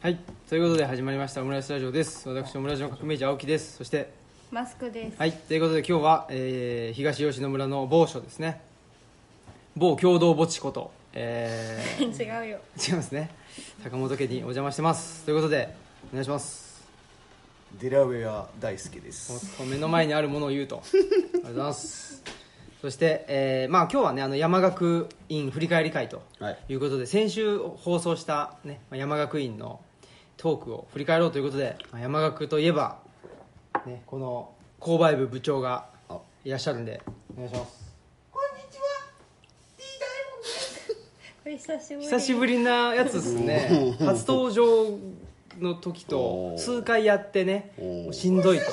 はい、ということで始まりましたオムライスラジオです。私オムライスの革命児青木です。そしてマスクです。はい、ということで今日は、えー東吉野村の某所ですね。某共同墓地こと、え違うよ。ー違い ますね。坂本家にお邪魔してます。ということでお願いします。デラウェア大好きですお目の前にあるものを言うと。ありがとうございます。そして、えーまあ今日はねあの山学院振り返り会とはいということで先週放送した、ね、まあ山学院のトークを振り返ろうということでまあ山学といえば、ね、この購買部部長があいらっしゃるんでお願いしますこれ久しぶり。久しぶりなやつです ね初登場の時とおー数回やってねおーもうしんどい とこ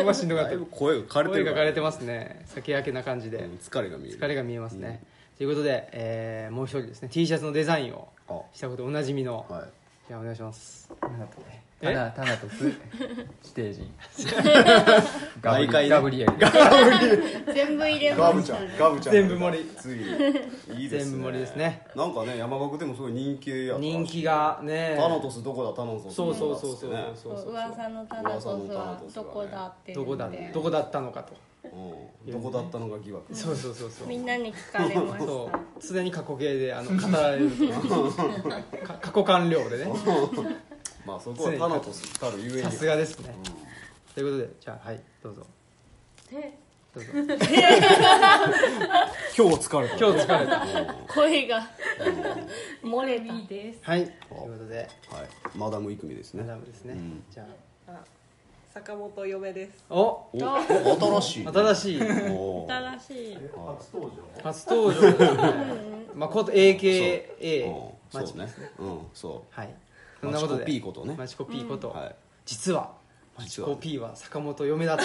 こがしんどかっだたいぶ声が枯れて声るかがら枯れてますね酒焼けな感じでうん疲れが見える疲れが見えますね、ということで、えーもう一人ですね T シャツのデザインをあしたことおなじみの、はいじゃあお願いしますタナタナト スステー ジガブ毎回リねガブリエル全部入れガまブしちたゃねん。ガブちゃん全部盛りついにいいです全ね部盛りですねなんかね山岳でもすごい人気やった人気がねタノトスどこだタノトスそうそうそうどそうそこだっうそうそつう噂のタナトスはどこだって言どこっだて。どこだったのかとってねうんどこだったのか疑惑そうそうそうそうみんなに聞かれましそた。う常に過去形であの語られる とか過去完了でねまあそこはタノトスたるゆえにさすがですねということでじゃあはいどうぞえどうぞ今日疲れた今日疲れた声が漏れた。です。はいということではいマダムイクミですマねダムですねうんじゃ坂本嫁ですあおおお新しいね新しいお新しい。初登場ですねまあこと AKA おマそうチねうんそうはいそんなことでマチコピーことねマチコピーことはい実はマチ実コはピーは坂本嫁だった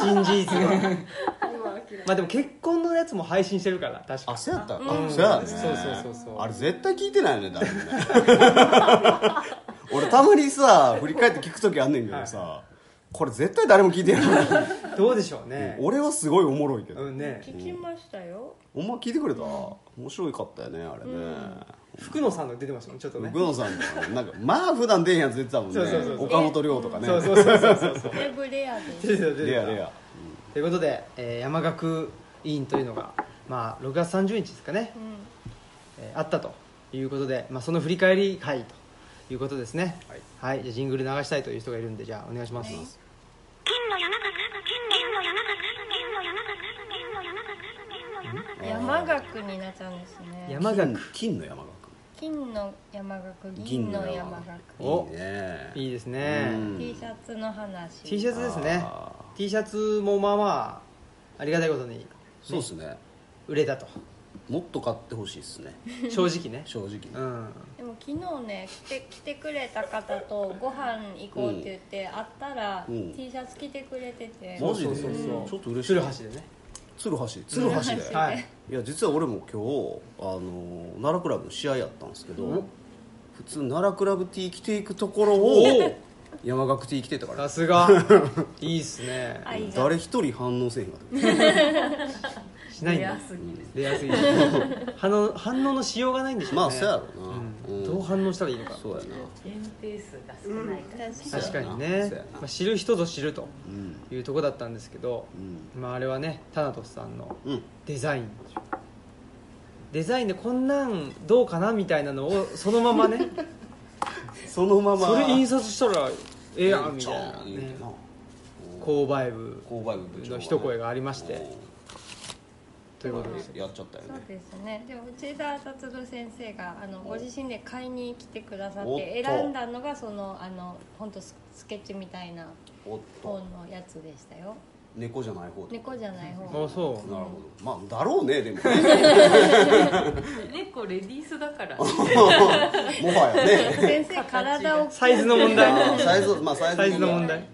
新事実がまあでも結婚のやつも配信してるから確あかそうやったあそうやねそうそうそうそうあれ絶対聞いてないよね誰もね 俺たまにさ振り返って聞く時あんねんけどさこれ絶対誰も聞いてないどうでしょう ね俺はすごいおもろいけうどんね聞きましたよ。ほんま聞いてくれた面白かったよねあれね福野さんが出てましたもんちょっとねグノさんとかねなんかまあ普段出えへんやつ出てたもんねそうそうそうそう岡本涼とかねそうそうそうそうそうだいぶ レアです。出てた出てたレアレアということで、えー山岳委員というのが、まあ、6月30日ですかね、えーあったということで、まあ、その振り返り会ということですねはい、じゃあジングル流したいという人がいるんでじゃあお願いします、山岳になっちゃうんですね。山岳金の山金の山岳、岳銀の山岳。おいいねいいですね、うん T シャツの話。 T シャツですねあ T シャツもまあまあありがたいことにそうですね売れた ともっと買ってほしいですね正直ね正直ねうんでも昨日ね来て来てくれた方とご飯行こうって言って、会ったら、うん T シャツ着てくれててマジでそうそうそうそうちょっと嬉しい鶴橋でね鶴橋鶴橋ではいいや実は俺も今日あの奈良クラブの試合やったんですけど、うん普通奈良クラブ T 着ていくところおをお山岳 T 着てたかさらすがいいっすね 愛が誰一人反応せえへんかったしないんだすぎるレアすぎる反応反応のしようがないんでしょうねまあそうやろううな、んうんどう反応したらいいのかそうやな限定数が少ないから、確確かにそうやねな、まあ、知る人ぞ知るとうんいうとこだったんですけど、まあ、あれはねタナトスさんのうん、うん、デザインデザインでこんなんどうかなみたいなのをそのままねそのままそれ印刷したらええやんみちたょいんな、言うねてな購買部購買部部長がのね一声がありましてうということですんやっちゃったよそうねですねでも内田達郎先生があのご自身で買いに来てくださっおてっと選んだのがそのあの本当ススケッチみたいなおっ本とのやつでしたよ猫じゃない方と猫じゃないあ方そなるほどまあだろうねでもも猫レディースだか らはやね先生体うをサイズの問題あサイズまあサイ ズサイズの問題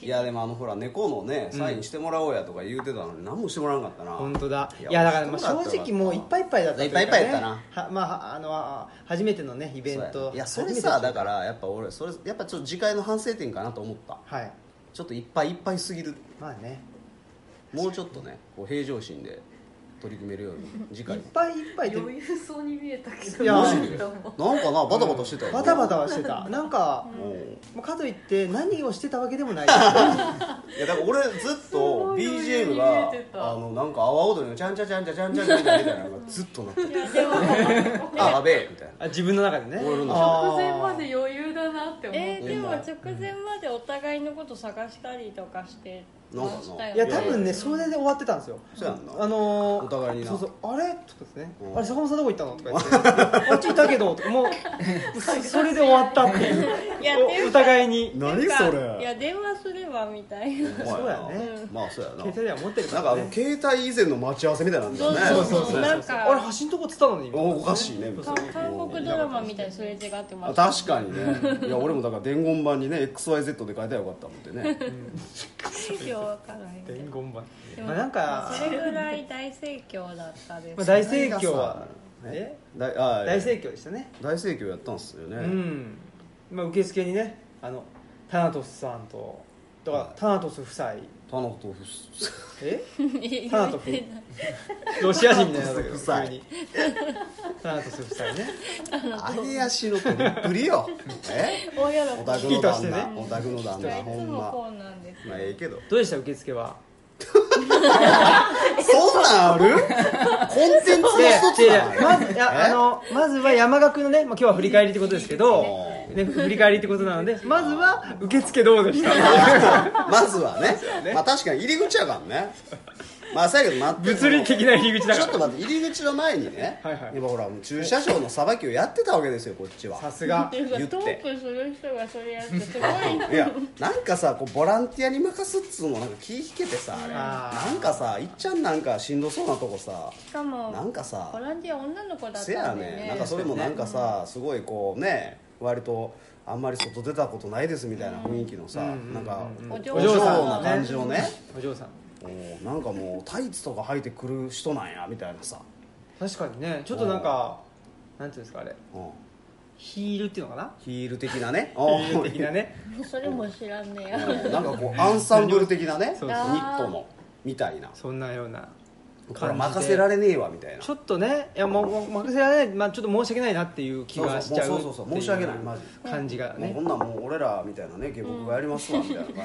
いやでもあのほら猫のねサインしてもらおうやとか言うてたのに何もしてもらわなかったな、本当だいいややだからまあ正直もういっぱいいっぱいだったとうかねいっぱいいっぱいやっはまああのあ初めてのねイベンそうやトねいやそれ初めてさだからやっぱ俺それやっぱちょっと次回の反省点かなと思ったはいちょっといっぱいいっぱいすぎるまあねもうちょっとねこう平常心で取り組めるように次回いっぱいいっぱいで余裕そうに見えたけどいやマジでもなんかなバタバタしてたよねバタバタはしてたなんか、うんまあかといって何をしてたわけでもないいやだから俺ずっとすごい余裕 BGM にが見えてたあのなんか阿波踊りのちゃんちゃちゃんちゃちゃんちゃんちゃんみたいなのがずっとなっていやでもあやべえみたいなあ 自分の中でね俺の中であー直前まで余裕だなって思ってえた、ー、でも直前までお互いのこと探したりとかしてましたよねいや多分ねそれで終わってたんですよそうやんなあのー、お互いになそうそうあれとかですね、うんあれ坂本さんどこ行ったのとか 言ってあっちいたけどとかも うそそれで終わったっていういやっていうおか互いに何なんかそれいや電話すればみたいなお前なそうやねまあそうやな携帯では持ってるかなんかあら、ね、の携帯以前の待ち合わせみたいなんだよねそうそうそうなんそうかあれ走んとこっつったのにおおかしいねみたいな韓国ドラマみたいにすれ違ってまあした確かにねいや俺もだから伝言版にね XYZ で書いたらよかったもんってねにわからへんけど伝言版でもまあなんか、それぐらい大盛況だったです、まあ、大盛況はねえ大あ大盛況でしたね大盛況やったんすよね、うん、まあ、受付にねあのタナトスさんととはかいタナトス夫妻タナト スえ言タナトっフてないロシア人みたいになだけどタナトス夫妻急にタナトス夫妻ね揚げ足の取りっぷ りよえ大喜びお宅いのいとしてね旦那、お宅の旦い那やいほつんもまこうなんですまあええけどどうでした受付はそんなんあるコンテンツの一ついなやのいやまずいやあのまずは山岳のね、まあ、今日は振り返りってことですけど、ね、え振り返りってことなのでまずは受付どうでしたまずはねまあ確かに入り口やからねまあさやけど待って物理的な入り口だちょっかとら待って入り口の前にねはいはい今ほらもう駐車場のさばきをやってたわけですよこっちはさすがっていう言っかてトークする人がそれやってすごいいやなんかさこうボランティアに任すっつうのなんか気引けてさあれあーなんかさいっちゃんなんかしんどそうなとこさしかもなんかさボランティア女の子だったんせでやねねなんかそれもなんかさすごいこうね割とあんまり外出たことないですみたいな雰囲気のさうんなんかうんお嬢おさん嬢な感じのねお嬢さんおーなんかもうタイツとか履いてくる人なんやみたいなさ確かにねちょっとなんかなんていうんですかあれうんヒールっていうのかなヒール的 なねヒール的なねそれも知らんねおやーうんなんかこうアンサンブル的なねそうそうニットのみたいなそんなようなこれ任せられねえわみたいなちょっとねいやもうもう任せられない、まあ、ちょっと申し訳ないなっていう気がしちゃうそうそうそうそう申し訳ないってうマジ感じがもうねこんなんもう俺らみたいなね下僕がやりますわみたいな感じっで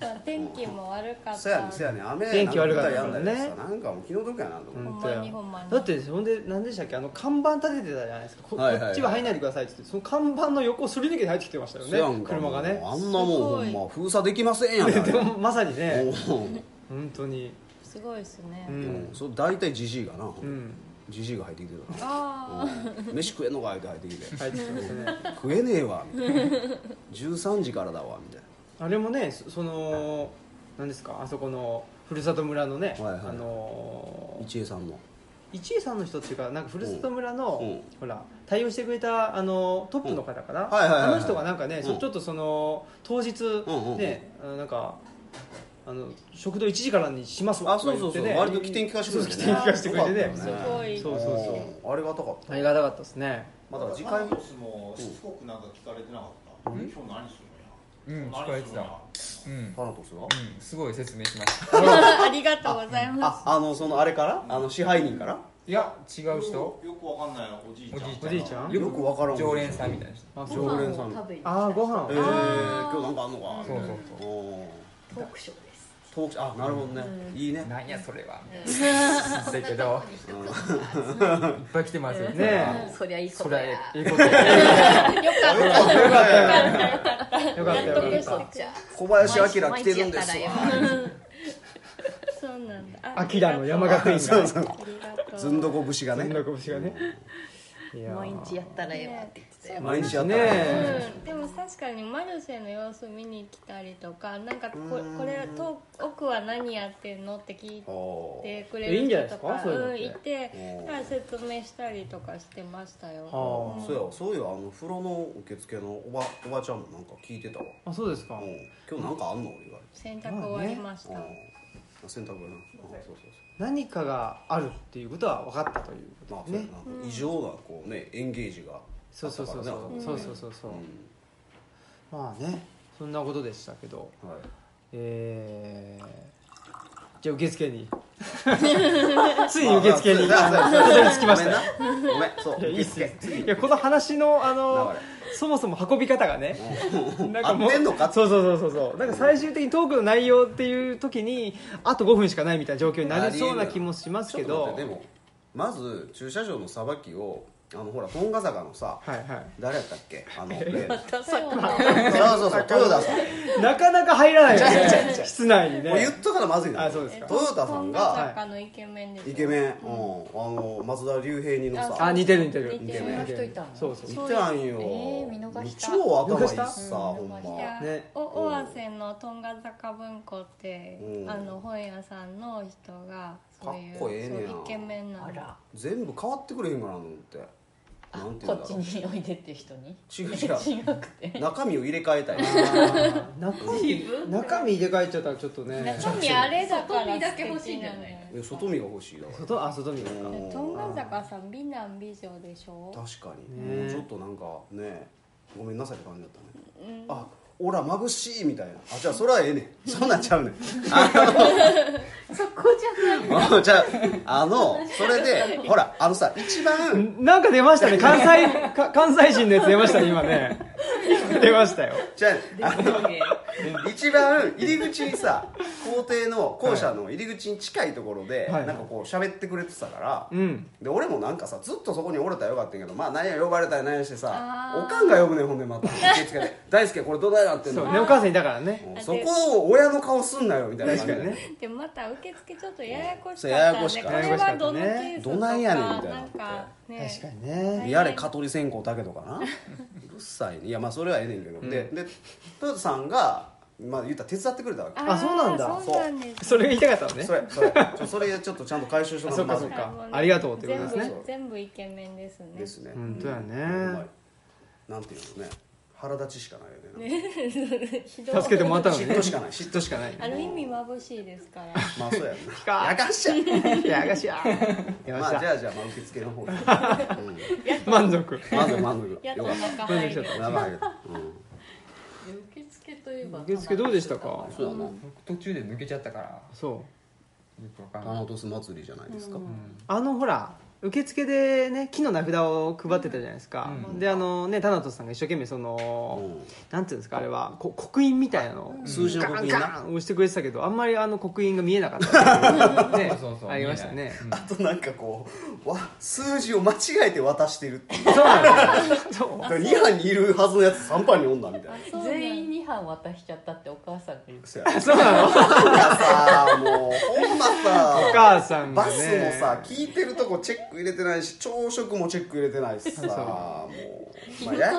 ぱ天気も悪かったそやねそやね雨天気悪かったからねなん舞台やんだりさなんかもう気の毒やなと思って本当やほんまにほんまにだってほんで何でしたっけあの看板立ててたじゃないですかこ,、はいはいはこいっちは入んないでくださいって言ってその看板の横をすり抜けて入ってきてましたよせやんねか車がねもうあんなもんほすんごま封鎖できませんやんでもまさにあれねもう本当にすごいですね、うんうんそう大体じじいがなうんじじいが入ってきてたあなうん飯食えんのか言うて入ってきて入ってきましたね食えねえわみたいな13時からだわみたいあれもねそその何ですかあそこのふるさと村のね、はいはいあのなー一恵さんの一恵さんの人っていうかなんかふるさと村の、うんうんほら対応してくれたあのトップの方かな、んはいはいはいはいあの人がなんかね、そうんちょっとその当日、んうんねあのなんかあの食堂1時からにしますわあそうそうそうとか言ってね割と起点聞かせてくれてそう起ね点聞かせてくれてねよかったすよごいそうそうそううんありがたかったありがたかったですねまあだから次回ニュースもしつこくなんか聞かれてなかった。今日何するのや。うん今日何するのやうんタナトスがうんすごい説明しまし たありがとうございますああのそのあれからあの支配人からいや違うよ人くよくわかんないおじいちゃん。おじいちゃんよくわからん常連さんみたいなあご人飯を食べにあーご飯えー、今日なんかあんのかそうそうそうトークショーですトークショーあなるほどね、いいねなんやそれは みたいなだけどいっぱい来てますよねえそりゃいいそれやいいことよよかっか たったよ納得かっしてくれた 小林明来てるんですわそうなんだたアキラの山学院そうがそあうりがとうずんどこ節がねずん どこ節がねいやー毎日やったらええわって言ってたよ毎日やったねらうんでも確かにマルシェの様子見に来たりとかなんかここれと奥は何やってんのって聞いおーてくれる人といいんじゃないですかかそういうのっうんていておーだから説明したりとかしてましたよはそうやそういやあの風呂の受付のおばおばちゃんもなんか聞いてたわああそうですかうん今日なんかあんの言われ洗濯終わりましてたうん洗濯やなあそうそうそ何かがあるっていうことは分かったといううまこあとそうやねな、異常なこうねエンゲージがそうそうそうそうそうそうそうそうまあねそんなことでしたけどうんはいえーじゃあ受付 についに受付にたど り着きましたねごめんなごめんそういやいい受っすよ付いやこの話のあの流そもそも運び方がねなんかも合ってんのかうそうそうそうそうそうなんか最終的にトークの内容っていう時にあと5分しかないみたいな状況になりそうな気もしますけちょっとど待ってでもまず駐車場のさばきをあのほらトンガ坂のさはいはい誰やったっけあの例のダサくそうそうそうトヨタさんなかなか入らないよね室内にねもう言ったからまずいなあそうですかトヨタさんが坂のイケメンですイケメン、うん、あの松田龍平にのさあ似てる似てる似てるそんな人いたのそうそう似てたんよ、えー見逃した超頭いい見さ逃したほんうん見逃しいまや、ねお尾鷲のとんが坂文庫って、うんあの本屋さんの人がそういうかっこええねやそうイケメンなのあら全部変わってくれへんかなと思ってなんてこ言うんっだちろうにおいでって人に違う違う違くて中身を入れ替え たい中身中身入れ替えちゃったらちょっとね中身あれだから外見だけ欲しいんじゃ ない素敵のよえ外見が欲しいだから外あ外見ですかうんとんが坂さん美男美女でしょ確かに、ねもうちょっとなんかねごめんなさいって感じだったねうんあオラまぶしいみたいなあじゃあそれはええねんそんなんちゃうねんそこじゃないもう じゃああのそれでほらあのさ一番なんか出ま したね関西か関西人のやつ出ましたね今ね出ましたよじゃああの一番入り口にさ校庭の校舎の入り口に近いところで、はいなんかこう喋ってくれてたから、うんで俺もなんかさずっとそこにおれたらよかったんやけどまあ何や呼ばれたり何やしてさあーおかんが呼ぶねんほんでまた受付で「大輔これどないなってんその?うねお母さんいたからねもう」そこを親の顔すんなよみたいな確感かじにねでまた受付ちょっとややこしかそっうやたやんこでしかこったれはどのケースとかどないやねんみたいななんかね確かにねやれ加取線香だけとか なうるさいねいやまあそれはええねんけど、でで豊田さんが、まあ、言ったら手伝ってくれたわけあそうなんだあーそうなんですそれが言いたかったのねそれそれちょそれちょっとちゃんと回収しとあかそっまかずそいっなるかほどねありがとうってことです全ね部全部イケメンですねですね本当やねうんうまいなんていうのね腹立ちしかないよねひどい助けてもらったのにね嫉妬しかない嫉嫉妬しかないある意味眩しいですからまあそうやねかやかしゃやがし ややまあがしじやゃあじゃあ、まあ、受付 の方で、うん、満足まず満足やっよとかっ中入るた長いけどうん受付といえば受付どうでしたかそうやな僕 途中で抜けちゃったからよそうくわかんタないナトス祭りじゃないですか、あのほら受付でね木の名札を配ってたじゃないですか、うんであのねタナトスさんが一生懸命その、うんなんていうんですかあれはこ刻印みたいなのを、数字の刻印なガンガン押してくれてたけどあんまりあの刻印が見えなかったっていうねそうそうそうありました見えねないあとなんかこうわ数字を間違えて渡してるっていうそうなんですよそうだから2班にいるはずのやつ3班におんだみたいな全員2班渡しちゃったってお母さんが言ってそうやそうなのおさもうほんまさ母さんがバねスもさ聞いてるとこチェック入れてないし朝食もチェック入れてないしさもう聞くことやや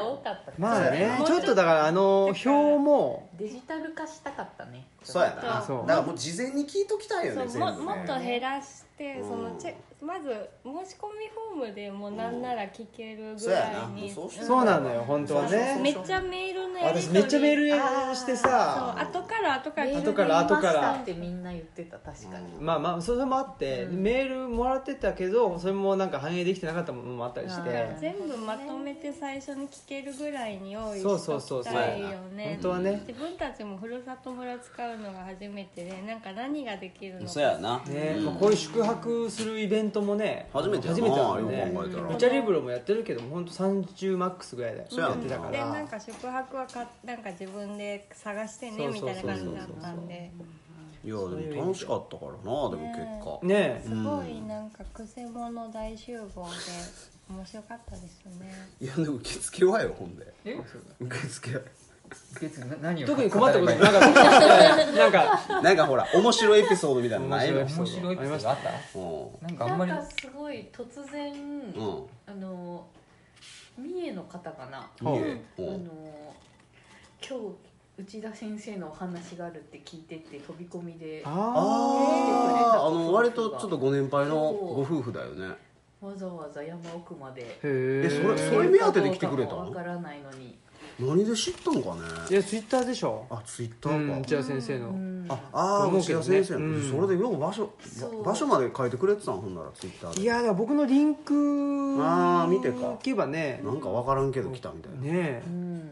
が多こかったまあねもうちょっとだからあの表もデジタル化したかったねしいそうやなだあそうからもう事前に聞いときたいよねそう全部もねもっと減らして、うんそのチェまず申し込みフォームでもうなんなら聞けるぐそうやらないもうに、そうしよそうなのよ本当はそうねめっちゃメールのやり取私りめっちゃメールそうしてあさ後から後からメール後から後からで見ましたってみんな言ってた確かにうんまあまあそれもあって、うんメールもらってたけどそれもなんか反映できてなかったものもあったりして、うん全部まとめて最初に聞けるぐらいに用意しそうとそうそうきそうたいよ本ね当はね自分たちもふるさと村使うのが初めてでなんか何ができるのかそうやなねうんまあこういう宿泊するイベントもね初めてやな初めてなんでよく考えたらルチャリブロもやってるけど本当30マックスぐらいでやってそうやんなたかでらなんか宿泊はかなんか自分で探してねそうみそうたそういな感じだったんでいやでも楽しかったからなでも結果ねすごいなんかくせ者大集合で面白かったですねいやでも受付はよほんでえ受付受付な何を特に困ったことな語ればかいったなんかなんかほら面白いエピソードみたいなのないの面い面白いエピソードあっうんたなんかあなんんまりかすごい突然、うんあの三重の方かな、うんいいえあうんの今日内田先生のお話があるって聞いてって飛び込みでわあああーの割とちょっとご年配のご夫婦だよねざわざ山奥までへええそれそれ目当てで来てくれたのわからないのに何で知ったんかいねやツイッターでしょあツイッタうんー内か田先生のうんあああと思うけ内ど田ね先生うんそれでよう場所そう場所まで書いてくれてたんほんならツイッターでいやだから僕のリンクあー見てかけばねなんか分からんけど来たみたいなねうん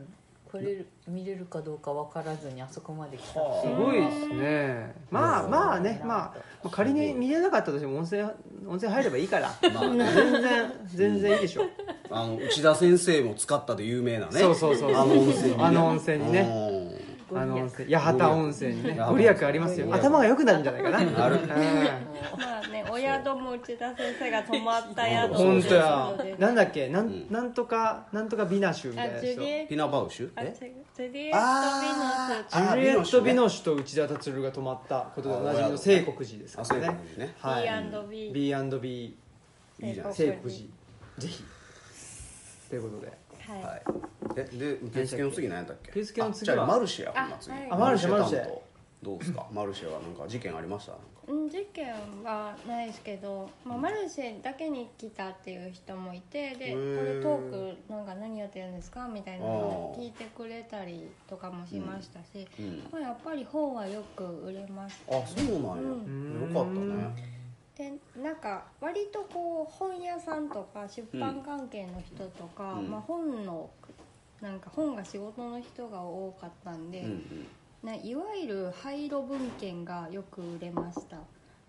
こ来れる見れるかどうか分からずにあそこまで来た、すはごいですねまあまあねまあまあ仮に見れなかったとしても温泉温泉入ればいいからあ、まあね全然全然いいでしょあの内田先生も使ったで有名なねそうそうそうあの温泉にねあの温泉にねごあの利温益泉八幡温泉にねごご利利益益ありますよご利益頭が良くなるんじゃないかなあるまあねお宿も内田先生が泊まった宿本当そうでやすなんだっけなん,、んなんとかなんとか美ナシュみたいなあジュリ人エうんピナバウシュあえジュリエッあト・ジュリエット・美美濃濃シュと内田達郎が泊まったことでおなじみのあ聖国寺ですかあそういうら感ねじねはい B&B B&B ビノスいいじゃない聖国寺ぜひということではい、はいえで受付の次何やったっけ受付の次はあじゃあマルシェやあ今次はいあマルシェマルシェ担当どうですかマルシェはなんか事件ありましたなんかうん事件はないですけど、まあ、マルシェだけに来たっていう人もいてでへこーれトークなんか何やってるんですかみたいなのを聞いてくれたりとかもしましたし、うんまあ、やっぱり本はよく売れますあそうなうんや、んよかったねでなんか割とこう本屋さんとか出版関係の人とか、うんまあ、本のなんか本が仕事の人が多かったんで、うんうんね、いわゆる廃炉文献がよく売れましたあ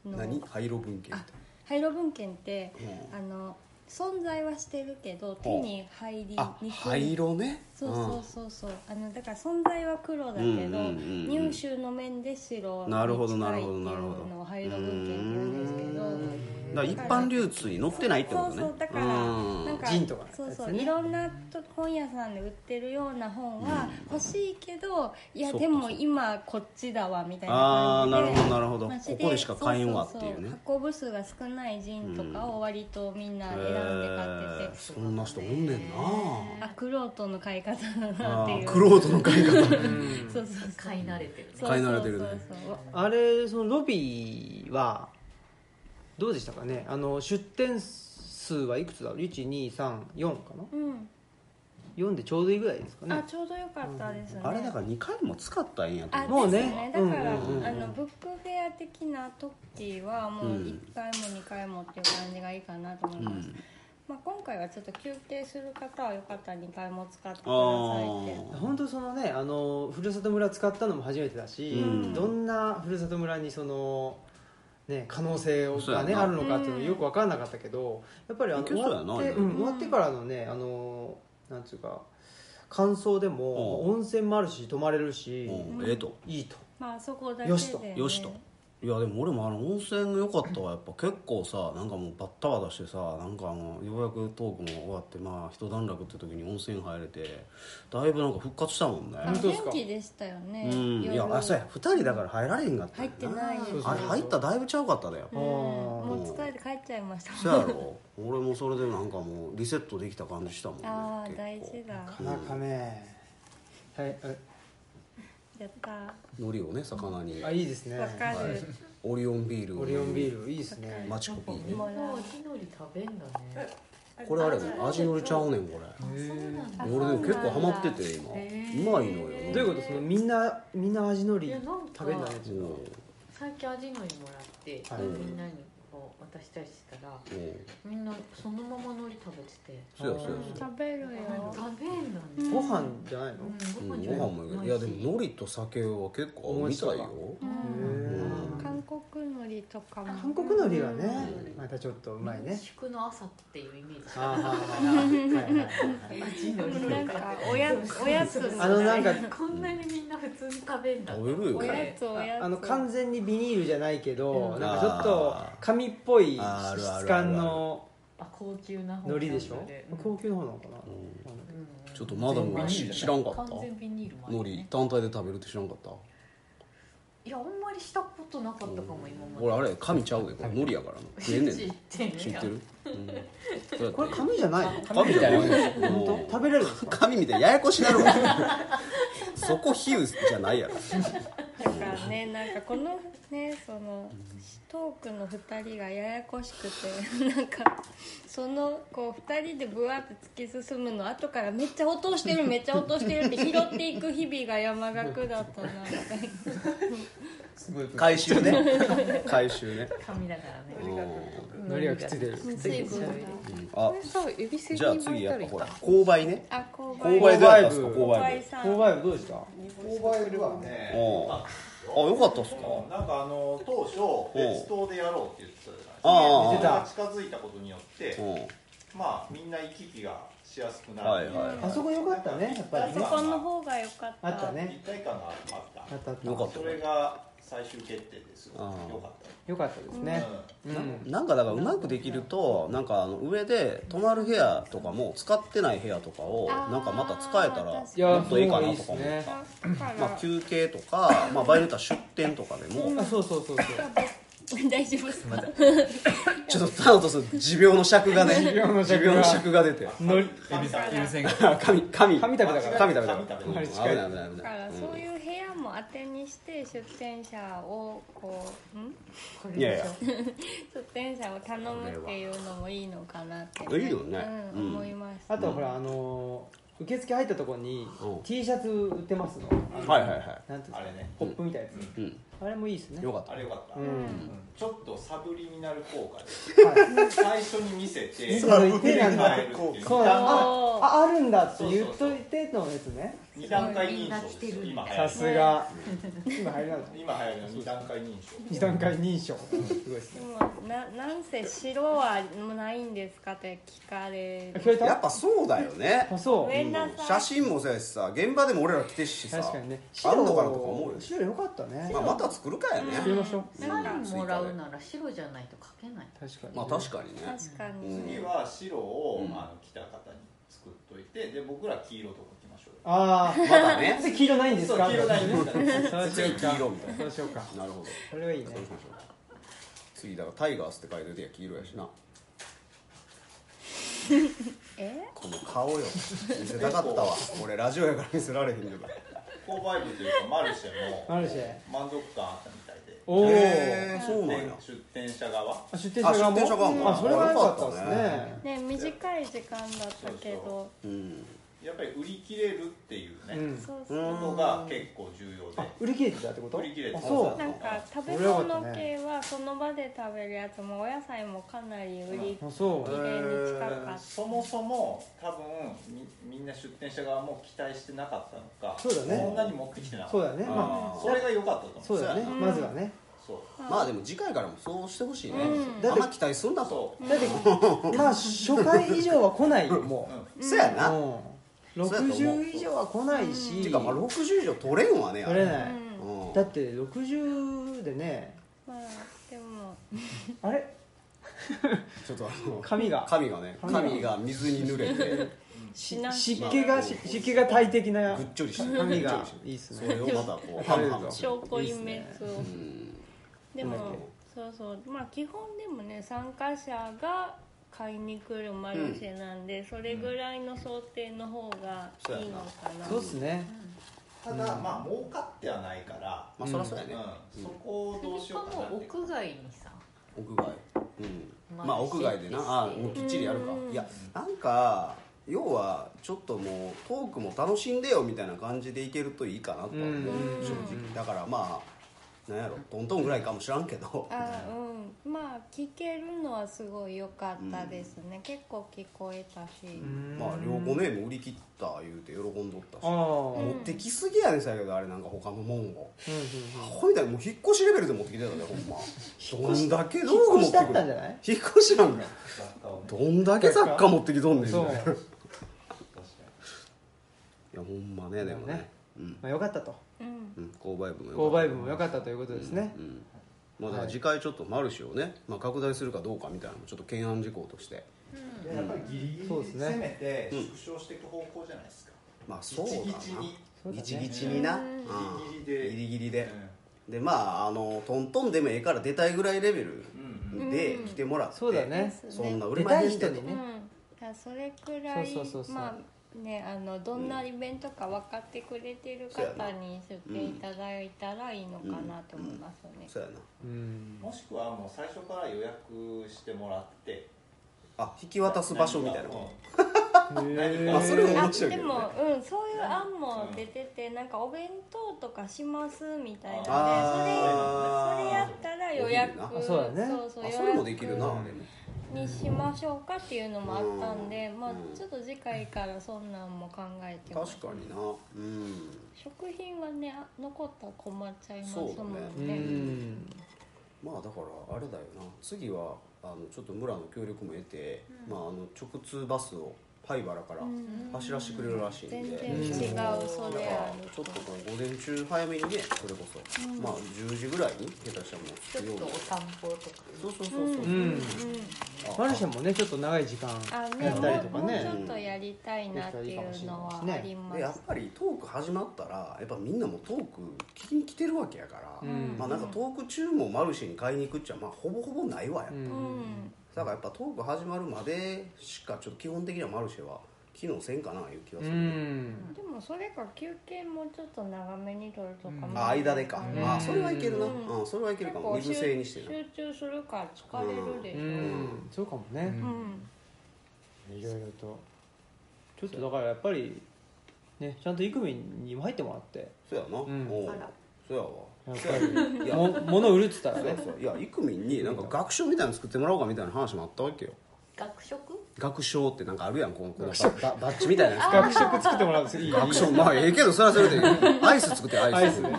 の何廃炉文献っあ廃炉文献っててうんあの存在はしてるけど手に入りあにく灰い色ねそうそうそうそうあのだから存在は黒だけど、うんうんうんうん入手の面で白になるほど近いなるってほどいうなるほどのを廃炉文献って言うんですけどうんだから一般流通に載ってないってことそねうそうだからうんなんかジンとかのやつそねうそういろんなと本屋さんで売ってるような本は欲しいけどいやそうかでも今こっちだわみたいなああ感ーじでなるほどなるほどまあここでしか買えんわっていうそそねそ箱部数が少ないジンとかを割とみんな選んで買ってへーて、そんな人おんねんなあクロートの買い方だなっあていーうクロートの買い方そうそうそう買い慣れてるねそう買い慣れてるねそうそうそうあれそのロビーはどうでしたかねあの出店数はいくつだろう1234かなうん4でちょうどいいぐらいですかあねちょうどよかったですねあれだから2回も使ったらええんやとあ思うもうねですねだから、うんうんうんうんあのブックフェア的な時はもううん1回も2回もっていう感じがいいかなと思います、うんまあ、今回はちょっと休憩する方はよかったら2回も使ってくださあいってー本当そのねあのふるさと村使ったのも初めてだし、うんどんなふるさと村にその、ね、可能性そうやが、ね、なあるのかっていうのよく分からなかったけどやっぱりあのいけ終そうやわなって、うん、終わってからのねあのなんつうか感想でも、うん温泉もあるし泊まれるし、うんええといいとまあそこだけで、ね、よしとよしといやでも俺もあの温泉が良かったわやっぱ結構さなんかもうバッタバタしてさなんかあのようやくトークも終わってまあ一段落って時に温泉入れてだいぶなんか復活したもんねあ本当ですか元気でしたよね、うんいやあそうや2人だから入られへんかったん入やってないですあれ入ったらだいぶちゃうかったでやっぱうんもう疲れて帰っちゃいましたそやろ俺もそれでなんかもうリセットできた感じしたもんねああ結構大事だなかなかね、はいやった海苔をね魚にああいいですねわかる、オリオンビールオリオンビールいいですねマチコピーねみんなおきのり食べんだねこれあれやね味のりちゃうねんこれ俺でも結構ハマってて今うまいのよどういうことそのみんなみんな味のりいやなんか食べるんだねうんうん最近味のりもらって、はいみんなにこう渡したりしてたらみんなそのまま海苔食べててそうやそうやそうや食べるよ食べんだねご飯じゃないの、うんうんごご飯飯もいけるいやでも海苔と酒は結構合うみたいようんうん韓国のりとかも韓国のりはねうんまたちょっとうまいね宿の朝っていうイメージあーはーはーはーはいはいはい味のりなんかおやおや つみたあいのなんかこんなにみんな普通に食べんだ食べるよおやねつおやつあの完全にビニールじゃないけどうんなんかちょっと紙っぽい質感のあ高級な方のりでしなょんで高級の方なのかなうんうんちょっとマダムが知知らんかった完全ビニールもあ海るよ苔ね単体で食べるって知らんかったいやあんまりしたことなかったかも今まで俺あれ紙ちゃうでこれ海苔や からな食えんねん 知知ってるってるうんそうやったこれ紙じゃないの紙みたいな本当食べれるんですか紙みたいなややこしなるわそこ比喩じゃないやろだからねなんかこのねそのトークの2人がややこしくて なんかそのこう2人でブワーって突き進むの後からめっちゃ落としてるめっちゃ落としてるって拾っていく日々が山岳だったなみたいなすごい分回収ね回収ね紙だからねうん何がくっついてるくっつ水いてる分がうんあこれさ指先じゃあに次巻いやたっりぱいほたら購買ねあ購購買買どうやったんですか購購買部さん購買部どうでした購買部はねおうああよかったっすかなんかあの当初うん別棟でやろうって言ってたじああゃないですああか人が近づいたことによってうまあみんな行き来がしやすくなるはいはいあそこ良かったねやっぱりねパソコンの方が良かったあったね一体感があっあたったあったんよかったそれが最終決定ですよああよかっよかったですたね、うんうんなんかだからうまくできるとなんかあの上で泊まる部屋とかも使ってない部屋とかをあーなんかまた使えたら確いやもっといいかなそうとかです思っねだかたらまあ休憩とか、まあ、場合によっては出店とかでも あそうそうそうそう大丈夫ですかちょっとタナトス持病の尺が ね持病の尺がの尺が出てのり神様優先があ神神神食べたから神食べた神食べうん危たない危ない危だかないらそういう部屋も当てにして出店者をこうんこれでしょ出店者を頼むっていうのもいいのかなって、いいよねううんん、思いました、あとはほらあのー受付入ったところにうん T シャツ売ってますのはいはいはなんていうんですかあれねポップみたいなやい、うん、つあれもいいですねよかったあれよかったううんんちょっとサブリミナル効果ではい最初に見せてサブリミナル効果そうなんおーあああるんだって言っといてのやつね二段階認証ですよ今流行さりすが今入らない今流行りの二段階認証二段階認証すごいですでねもななんせ白はないんですかって聞かれあ聞こえやったぱそうだよねあそごめんなさ写い真もそうやしさ現場でも俺ら来てしうさ確かにねあんのかなとか思うよ白よかったねまあ、また作るかやね、作りましょうサインもらうなら白じゃないと書けない確かにまあ確かにね確かに、次は白を、うんあの来た方に作っといてで僕ら黄色とか来ましょうよあまあだなんでね黄色ないんですかそう黄色ないんですかそうしようか次黄色みたいなそうしようかなるほどそれはいいねそうしましょう次だからタイガースって書いてるや黄色やし なえこの顔よ見せたかったわ俺ラジオやから見せられへんけど購買部というかマルシェもマルシェ満足感あったみたいでおおへーそうなんや出店者側出店者側もあ出店者側もあそれは良かったですよかっねね短い時間だったけどうんやっぱり売り切れるっていうね、うんそううそんうことが結構重要あで売り切れてたってこと売り切れてたあそなんか食べ物系はその場で食べるやつもお野菜もかなり売りうあそ切うれに近かったそもそも多分みみんな出店者側も期待してなかったのかそうだねんなに持ってきてなかったそうだねまあーそれが良かったと思うあそうだねそうやまずはねそうまあでも次回からもそうしてほしいね、うんあんま期待すんだとそうだってまあ初回以上は来ないよもうんそやうな、うん60以上は来ないてしいうかまあ60以上取れんわねあ取れうないんうんだって60でねまあでもあれちょっとあの髪が髪がね髪が髪が水に 濡れてししな湿気がし湿気が大敵なぐっちょりして髪がぐっちょりしていいっすそねれをまたこうハムハムする証拠隠滅をうんでもそうそうまあ基本でもね参加者が買いに来るマルシェなんでそれぐらいの想定の方がいいのかなそうっすねただまあ儲かってはないから、まあそりゃそうやね、うん、そこをどうししよかうかなもって屋外にさ屋外うんままああ屋外でなあ設定してもうきっちりやるかうんいやなんか要はちょっともうトークも楽しんでよみたいな感じでいけるといいかなとは思ううん正直だからまあなんやろトントンぐらいかもしらんけど あうんまあ聞けるのはすごい良かったですね、結構聞こえたし、まあ両5名も売り切った言うて喜んどったしああ持ってきすぎやねんさやけどあれなんか他のもんをうんうんうんアホみたいにもう引っ越しレベルで持ってきてたでほんまどんだけ道具引っ持越っしてだくったんじゃない引っ越しなんか雑貨をねどんだけ雑貨持ってきとんねんみたそいうなまい確かにやほんまねでもねうんあよかったとうんうん購買部もよかっ購た買部も良かったということですねうんまあ、だから次回ちょっとマルシェをね、まあ、拡大するかどうかみたいなのもちょっと懸案事項としてやっぱりギリギリそうですね攻めてうん縮小していく方向じゃないですか、まあそうだなギチギチにそうだねギチギチにな、うんうんギリギリでギリギリうんで、でまああのトントンでもええから出たいぐらいレベルうんでうん来てもらって、そうだねですそんな売れ出またへいんで人にとうねんあそれくらいそうそうそうそうまあねあのどんなイベントか分かってくれてる方に出店いただいたらいいのかなと思いますね、そうやなうんもしくはもう最初から予約してもらってあ引き渡す場所みたいなうんあそれ面白いでけどねも、うん、そういう案も出ててなんかお弁当とかしますみたいなのであーそれそれやったら予約お昼なあそうだねそうそうあ予それもできるな、約でもにしましょうかっていうのもあったんで、うんまあうん、ちょっと次回からそんなんも考えてます確かになうん食品はねあ残ったら困っちゃいますもそうだねんうねんまあだからあれだよな次はあのちょっと村の協力も得て、まあ、あの直通バスを灰原から走らせてくれるらしいんで、全然違うそれだからあるちょっとこの午前中早めにねそれこそ、まあ10時ぐらいに下手したらもうち着くょっとよお散歩とかうにそうそうそうそう、うんあマルシェもねちょっと長い時間あやねったりともかうもうねちょっとやりたいなっていうのはありまですやっぱりトーク始まったらやっぱみんなもトーク聞きに来てるわけやから、うんまあなんかトーク中もマルシェに買いに行くっちゃまあほぼほぼないわやっぱ、うんうんだからやっぱトーク始まるまでしかちょっと基本的にはマルシェは機能せんかないう気がうする、んでもそれか休憩もちょっと長めに取るとかも、あ間でか、うんあそれはいけるな、うんうんそれはいけるかも二部結構集制にしてな集中するから疲れるでしうょ、んそうかもね、うんうんいろいろとちょっとだからやっぱりねちゃんとイクミンにも入ってもらってそうやな、んおうあらそうやわやっそうやぱいり やも物売るっつったらそうやねそうやいやイクミンになんか学章みたいなの作ってもらおうかみたいな話もあったわけよ学食学章ってなんかあるやんこのこのバババッジみたいなやつ学食作ってもらうんですよいい学章まあええけどそれはそれでいいアイス作ってアアイイススね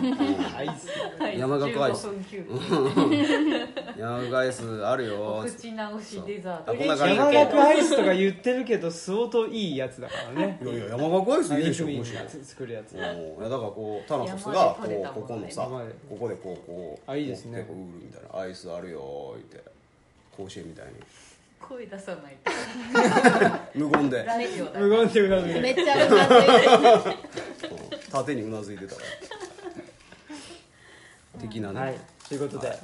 アイスはい山岳アイス15分休憩ヤングアイスあるおよ口直しデザーあトこんな感じ山岳アイスとか言ってるけど相当いいやつだから ねいやいや山岳アイスいいでしょイクミンむしろが作るやつうんいやだからこうタナソスがこ山で採れたうもここののさ山でここでこうこうあいいですね持ってこうウールみたいなアイスあるよーって甲子園みたいに声出さないと無言でラジオだから無言でうなずい てめっちゃうなずいてるうん縦にうなずいてたら的なねはいということではい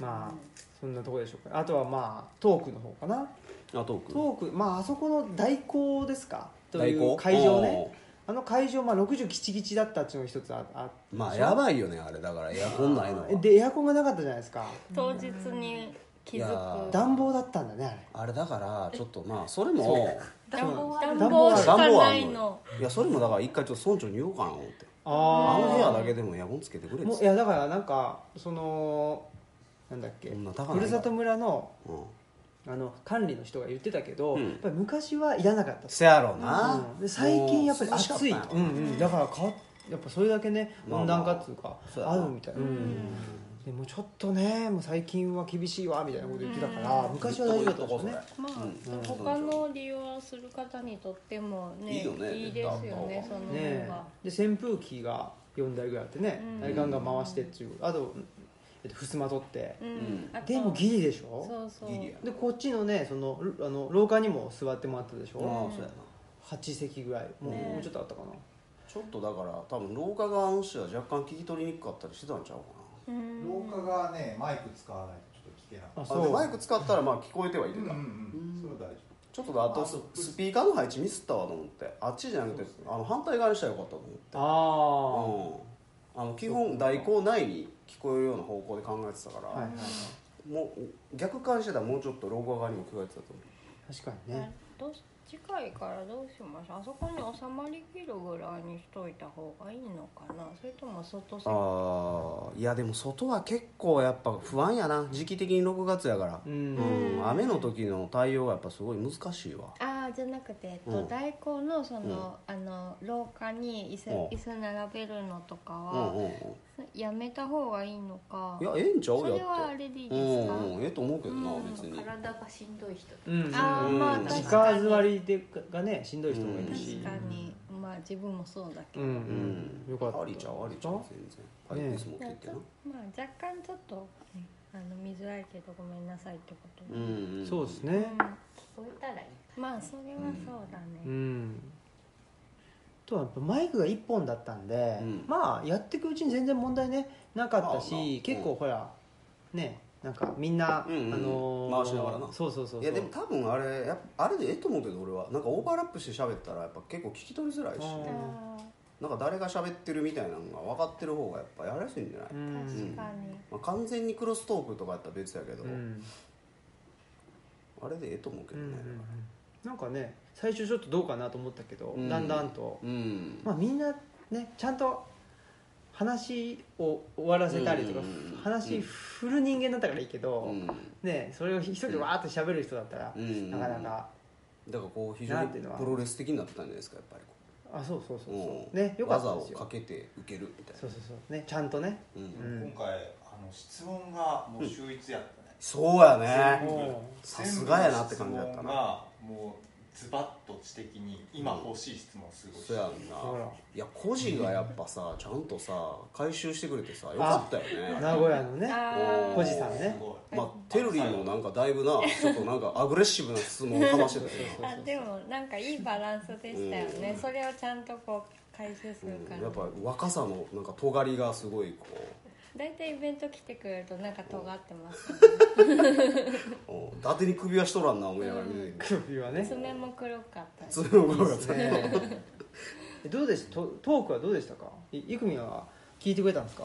まあそんなとこでしょうかあとはまあトークの方かなあトークトークまああそこの代行ですかと代い行う会場ねあの会場、まあ、60キチキチだったっていうのが一つああおーまあやばいよねあれだからエアコンないのはえでエアコンがなかったじゃないですか当日に気いやづーく暖房だったんだねあれあれだからちょっとまあそれも暖房は暖房しか暖房はあなんいののよいやそれもだから一回ちょっと村長に言おうかな思ってあの部屋あだけでもエアコンつけてくれあっもうつっいてやだからなんかそのなんだっけそんな高ないふるさと村のうんあの管理の人が言ってたけど、うんやっぱり昔はいらなかったとせやろなうんで最近やっぱり暑いもう涼しかったうんうん、だから変わっやっぱそれだけねまあ温まあ暖化っていうか、そうやなあるみたいな、でもちょっとねもう最近は厳しいわみたいなこと言ってたから、昔は大丈夫だったんですよねまあ、うん他の利用する方にとってもねいいよねいいですよね暖その方が、ねえで扇風機が4台ぐらいあってね、うんあれガンガン回してっていうあと、えっと、襖取って、うん、んあとでもギリでしょそうそうギリやでこっちのねそのろあの廊下にも座ってもらったでしまあょ、そうやな8席ぐらいもう,、ねえもうちょっとあったかなちょっとだから多分廊下側の人は若干聞き取りにくかったりしてたんちゃうかうん廊下がねマイク使わないとちょっと聞けなかっあなあそうでマイク使ったらまあ聞こえてはいたうるんうんか、うんそれは大丈ちょっとあとあそスうスピーカーの配置ミスったわと思ってあっちじゃなくて、あの反対側にしたらよかったとあ思ってうんあの基本代行内に聞こえるような方向で考えてたから、あはいはいはいもう逆感してたらもうちょっと廊下側にも聞こえてたと思う確かにねどうし次回からどうしましょうあそこに収まりきるぐらいにしといた方がいいのかなそれとも外席あーいやでも外は結構やっぱ不安やな時期的に6月やからうんうん雨の時の対応がやっぱすごい難しいわああじゃなくて、えっとうん代行のその,、あの廊下に椅子うん椅子並べるのとかうんうんは、うんやめた方がいいのかいやええんちゃうそやれはあってれでいいでうすか、んうんええと思うけどなうん別に体がしんどい人うんうんあーまあ確か直に座りでがねしんどい人もいるし確かにまあ自分もそうだけうど、んううんよかったありちゃうありちゃう全然パイプ椅子持ってなっんてかなまあ若干ちょっと、ね、あの見づらいけどごめんなさいってことで、うんんそうですうね聞こえたらいいまあそれはそうだね、うんあとはやっぱマイクが1本だったんで、うんまあやっていくうちに全然問題ねなかったし、まあまあうん結構ほらねなんかみんな、うんうんうんあのー回しながらなそうそうそうそういやでも多分あれやっぱあれでええと思うけど俺はなんかオーバーラップして喋ったらやっぱ結構聞き取りづらいしうんあなんか誰が喋ってるみたいなのが分かってる方がやっぱやりやすいんじゃないうんー確かに、まあ、完全にクロストークとかやったら別やけど、うんあれでええと思うけうんうどんうね、んなんかね最初ちょっとどうかなと思ったけど、うんだんだんと、うんまあ、みんなねちゃんと話を終わらせたりとか、うん話振る人間だったからいいけど、うんね、それを一人でわーっと喋る人だったら、うんなかなかだからこう非な常んにていうのはプロレス的になってたんじゃないですかやっぱりこあそうそうそううそううんねよかったです技をかよけて受けるみたいなそうそうそうねちゃんとねうんうん今回あの質問がもう秀逸やったね、そうやねもうさすがやなって感じだっ全た部の質問ながもうズバッと知的に今欲しい質問すごい、そうやんほらな。いや個人がやっぱさちゃんとさ回収してくれてさよかったよね名古屋のねあポジさんねすごいまあテルリーもなんかだいぶなちょっとなんかアグレッシブな質問をかましてたよそうーあでもなんかいいバランスでしたよね、それをちゃんとこう回収するかな、ら、うん、やっぱ若さのなんか尖りがすごいこ大体イベント来てくれるとなんか尖ってます、ね、う、うん、伊達に首はしとらんな思いながら見てる首はね爪も黒かったですそれもなんかさねえどうでしたトトークはどうでしたかいゆくみんは聞いてくれたんですか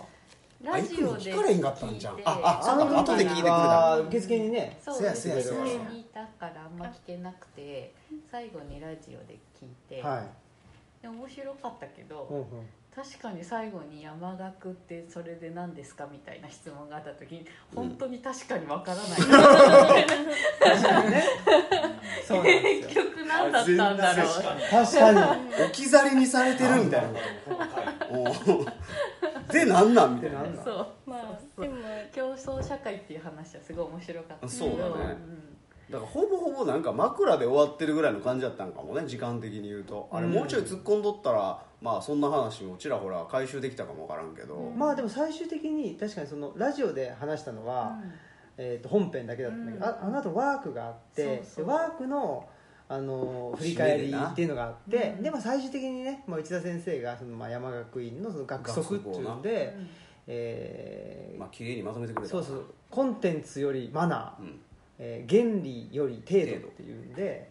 ラジオであいつも聞かれへんかったんじゃん聞いてああそうか後で聞いてくれあたー受付にねそうせやせやですせやね聞いたからあんま聞けなくて最後にラジオで聞いて、はいで面白かったけど、うんうん確かに最後に「山岳ってそれで何ですか?」みたいな質問があった時に本当に確かにわからない、確かにねそうなんで 結すよ局何だったんだろう確かに確かに置き去りにされてるみたいな今回うんでなんなんみたいなでなんだそうまあそうでも競争社会っていう話はすごい面白かったけどそうだねんだからほぼほぼなんか枕で終わってるぐらいの感じだったんかもね時間的に言うとあれうんもうちょい突っ込んどったら、まあそんな話もちらほら回収できたかもわからんけど、うんまあでも最終的に確かにそのラジオで話したのは、えー、と本編だけだったんだけど、うんああの後ワークがあってそうそうでワークの、あのー振り返りっていうのがあって締めででなまあ、最終的にね、まあ、内田先生がその、まあ、山学院のその学則っていうので、えーまあ綺麗にまとめてくれたそうそうコンテンツよりマナー、うんえー原理より程度っていうんで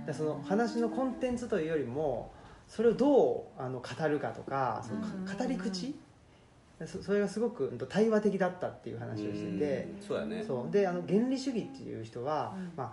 だからその話のコンテンツというよりもそれをどうあの語るかとかそのかうん語り口そそれがすごくうんと対話的だったっていう話をしてて。うんそうやねそうであの原理主義っていう人は、うんまあ、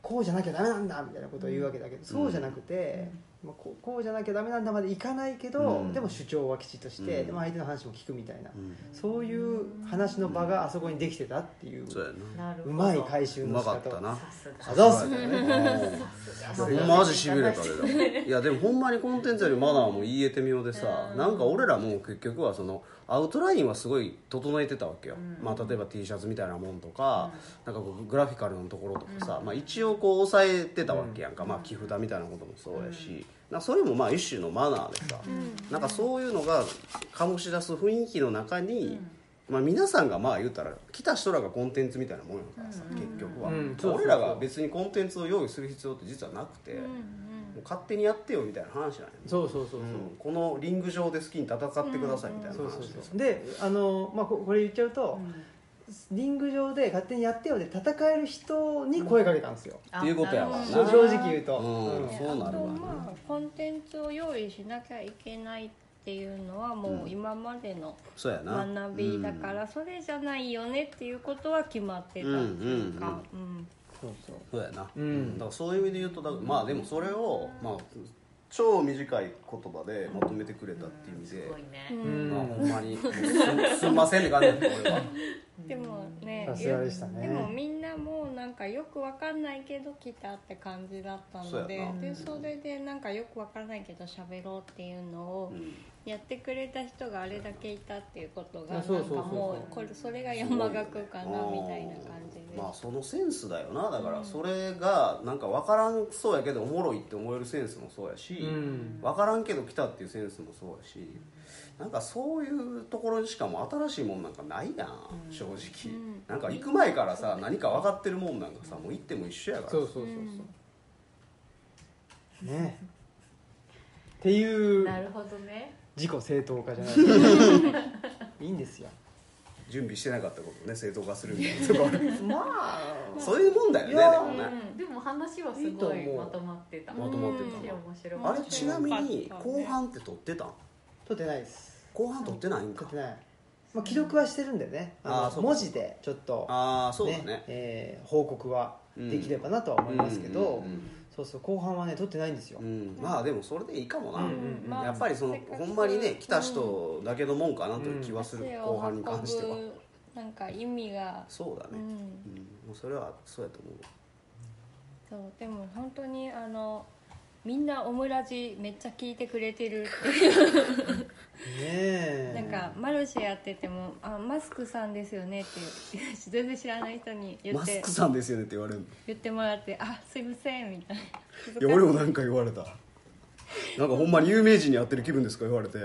こうじゃなきゃダメなんだみたいなことを言うわけだけど、そうじゃなくて、まあ、こうこうじゃなきゃダメなんだまでいかないけど、うんでも主張はきちっとして、うんでも相手の話も聞くみたいな、うんそういう話の場があそこにできてたっていう、そうやうんななるほうどまい回収うのま仕か方ったさなすがあざっすすがうんマジしびれたでいやでもほんまにコンテンツよりマナーも言えてみようでさなんか俺らも結局はそのアウトラインはすごい整えてたわけよ、まあ、例えば T シャツみたいなもんとか,、なんかこうグラフィカルのところとかさ、まあ、一応こう抑えてたわけやんか、まあ、木札みたいなこともそうやし、なんかそれもまあ一種のマナーでさ、なんかそういうのが醸し出す雰囲気の中に、まあ、皆さんがまあ言うたら来た人らがコンテンツみたいなもんやからさ、うん結局は、うんそうそうそう俺らが別にコンテンツを用意する必要って実はなくて、うんうんもう勝手にやってよみたいな話なんやねそうそうそうそう、うんこのリング上で好きに戦ってくださいみたいなそう話そうでそうであの、まあ、ここれ言っちゃうと、リング上で勝手にやってよで戦える人に声かけたんですよ、っていうことやわな正直言うと、うんうんそうなるあわねとまあコンテンツを用意しなきゃいけないっていうのはもう今までのそうやな学びだから、それじゃないよねっていうことは決まってたっていうか、うんそうそうそうやな、うんだからそういう意味で言うとだまあでもそれを、まあ、超短い言葉でまとめてくれたっていう意味すで、ごいねうまあ、んほんまにもうすすんませんって感じだった 俺はでもねさすがでしたねでもみんなもうなんかよくわかんないけど来たって感じだったのそうやでなでそれでなんかよくわからないけど喋ろうっていうのをうんやってくれた人があれだけいたっていうことがなんかそうそうそうそうもうこれそれが山岳かなみたいな感じで、まあそのセンスだよなだからそれがなんか分からんそうやけどおもろいって思えるセンスもそうやし、うん分からんけど来たっていうセンスもそうやしなんかそういうところにしかもう新しいもんなんかないやん、正直、んなんか行く前からさ何か分かってるもんなんかさもう行っても一緒やからそうそうそうそうねっていうなるほどね自己正当化じゃないいいんですよ準備してなかったことをね正当化するみたい なとこあるまあそういうもんだよねいやでもね、でも話はすいいとご思いうまとまってたまとまってたな面白あかれったちなみに面白かったね後半って撮ってたん撮ってないです後半撮ってないん撮かってない、まあ、記録はしてるんでねあーあのそうか文字でちょっとああそうだねえー報告はできればなとは思いますけど、うんうんうんうんそうそう後半はね撮ってないんですよ、うん、まあでもそれでいいかもな、うんうんうんまあやっぱりそのせっかくほんまにね来た人だけのもんかなという気はする、汗後を半運に関してはぶなんか意味がそうだうね、うんんもうそれはそうやと思うそうでも本当にあのみんなオムラジめっちゃ聞いてくれてるっていうねえなんかマルシェやってても「あマスクさんですよね」っていう 全然知らない人に言マっスてクさんですよねって言われるの言ってもらって「あすいません」みたいいや俺もなんか言われたなんかほんまに有名人に会ってる気分ですか言われて、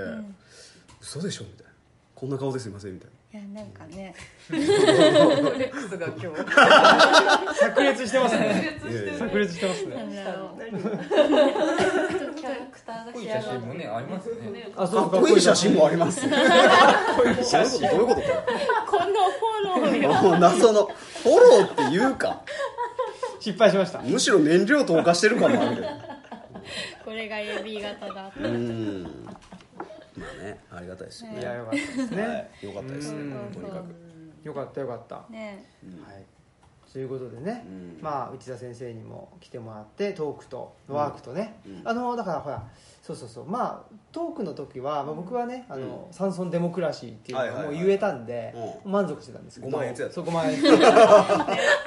嘘でしょみたいなこんな顔ですいませんみたいないやなんかねコレックスが今日炸裂してますねな、いやいや炸裂してますなんねだろうキャラクターがこいい仕上が写っ真もてねあります ねあかっこいい 写真もあり ますね写真どういうことどういうここのフォローとよかもう謎のフォローっていうか失敗しましたむしろ燃料投下してる感もあるけどこれが AB 型だうーんまあねありがたいですよねいやよかったですね、はいよかったですねうんとにかくよかったよかった、ねはい、ということでね、うんまあ、内田先生にも来てもらってトークとワークとね、あのだからほらそうそうそうまあトークの時は、まあ、僕はね「あのサンソンデモクラシー」っていうのはいがもはういはい言えたんで、満足してたんですけど5万円つやったそう5万円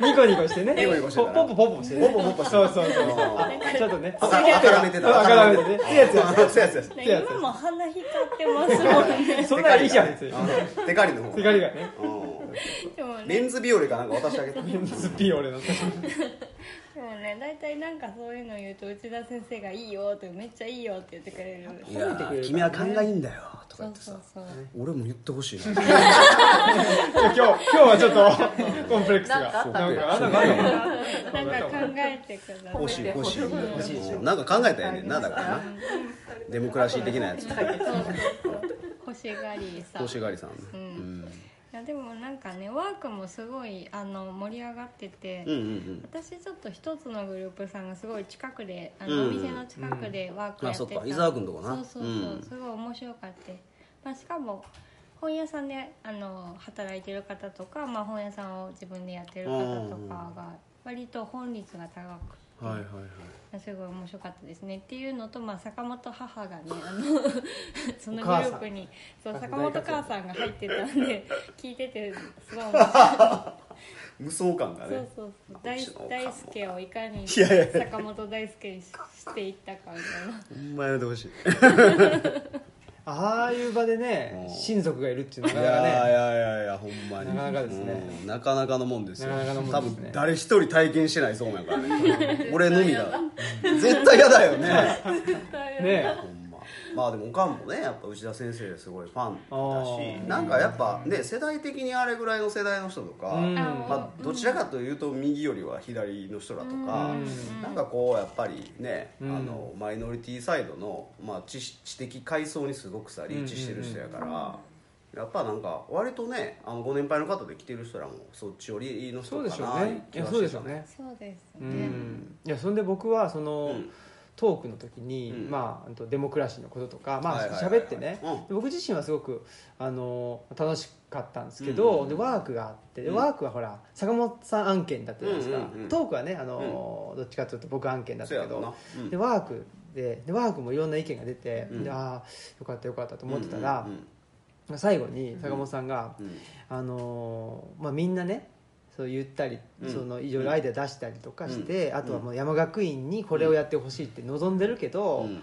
ニコニコしてねニコニコしてたねポッポポッポしてねポッポポそうそうそうそうあちょっとねあからめてた赤らめてねつやつやあそうやそうやつやつ今も鼻光ってますもんねそんなんいいじゃん別にあテカリの方世界がねう でもんねレンズビオレかなんか渡してあげたメンズピオレのでもね大体なんかそういうの言うと内田先生が「いいよ」って「めっちゃいいよ」って言ってくれるいやー君は勘がいいんだよとそか言っうてそさうそう俺も言ってほしいな今日今日はちょっとコンプレックスがなんかあったなんかあんなかなんか考えてください欲しい欲しい欲しい欲しいうんなんか考えたらええねんなだからなデモクラシー的なやつ欲しがりさん投資狩りさんうんいやでもなんかねワークもすごいあの盛り上がってて、うんうんうん私ちょっと一つのグループさんがすごい近くであうんのお店の近くでワークやってあそた、っか伊沢君とこなそうそうそう、うんすごい面白かった、まあ、しかも本屋さんであの働いてる方とか、まあ、本屋さんを自分でやってる方とかが割と本率が高くてはいはいはいすごい面白かったですねっていうのと、まあ、坂本母がねあの そのグループにそう坂本母さんが入ってたんで聞いててすごい面白かった無双感がそうねそうそうあう大ちのおかんも大輔をいかにいやいやいや坂本大輔にししていったかみたいなほんまやめてほしいああいう場でねうん親族がいるっていうのいがやないかなかねやいやいやほんまになかなかですねうんなかなかのもんですよなかなかのもんですね多分誰一人体験してないそうやからね俺のみだ絶対嫌だよねねほんままあでもおかんもねやっぱ内田先生すごいファンあだしなんかやっぱね世代的にあれぐらいの世代の人とか、うんまあ、どちらかというと右よりは左の人だとか、なんかこうやっぱりね、んあのマイノリティサイドの、まあ、知知的階層にすごくさリーチしてる人やから、やっぱなんか割とねあのご年配の方で来てる人らもそっち寄りの人そうでかしょなうねい気やはそうでしてしょたうねそうですうね、んいやそんで僕はその、うんトークの時に、うんまああとデモクラシーのこととかまはあいはいはいはい喋ってね、うんで僕自身はすごくあの楽しかったんですけど、うんでワークがあってでうんワークはほら坂本さん案件だったじゃないですか、うんうんうんトークはねあの、どっちかというと僕案件だったそうやけろなど、うんでワークででワークもいろんな意見が出て、うんでああよかったよかったと思ってたら、うん最後に坂本さんが、うんうんあのーまあ、みんなねそう言ったり、うんそのいろいろアイデア出したりとかして、あとはもう山学院にこれをやってほしいって望んでるけど、うん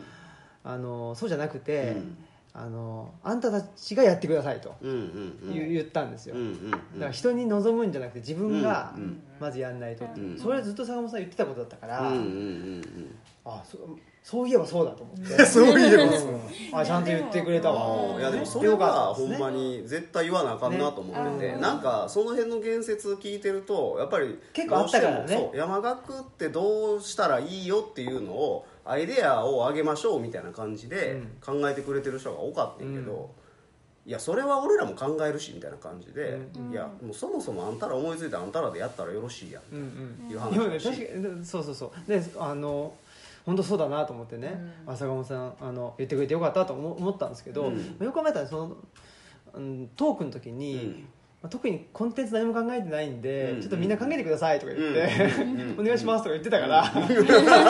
あのーそうじゃなくて、うんあのーあんたたちがやってくださいとうんうん言,、言ったんですよ、うんうんだから人に望むんじゃなくて自分がうんうんまずやんないとって、うんそれはずっと坂本さん言ってたことだったから、うんうんうんうんあそそういえばそうだと思って、 そういえばうんあちゃんと言ってくれたあわーいやでもそれはほんまに絶対言わなあかんなと思ってて、ねなんかその辺の言説聞いてるとやっぱり結構あったからねどうしてもそう山岳ってどうしたらいいよっていうのをアイデアをあげましょうみたいな感じで考えてくれてる人が多かったんやけど、いやそれは俺らも考えるしみたいな感じで、いやもうそもそもあんたら思いついたあんたらでやったらよろしいやんっうんうんていでうも話ねだし、確かにそうそうそうであの本当そうだなと思ってね、あ坂本さんあの言ってくれてよかったと思思ったんですけど、うんよく考えたらその、うん、トークの時に、うんまあ、特にコンテンツ何も考えてないんで、うんちょっとみんな考えてくださいとか言って、う んお願いしますとか言ってたから、 ま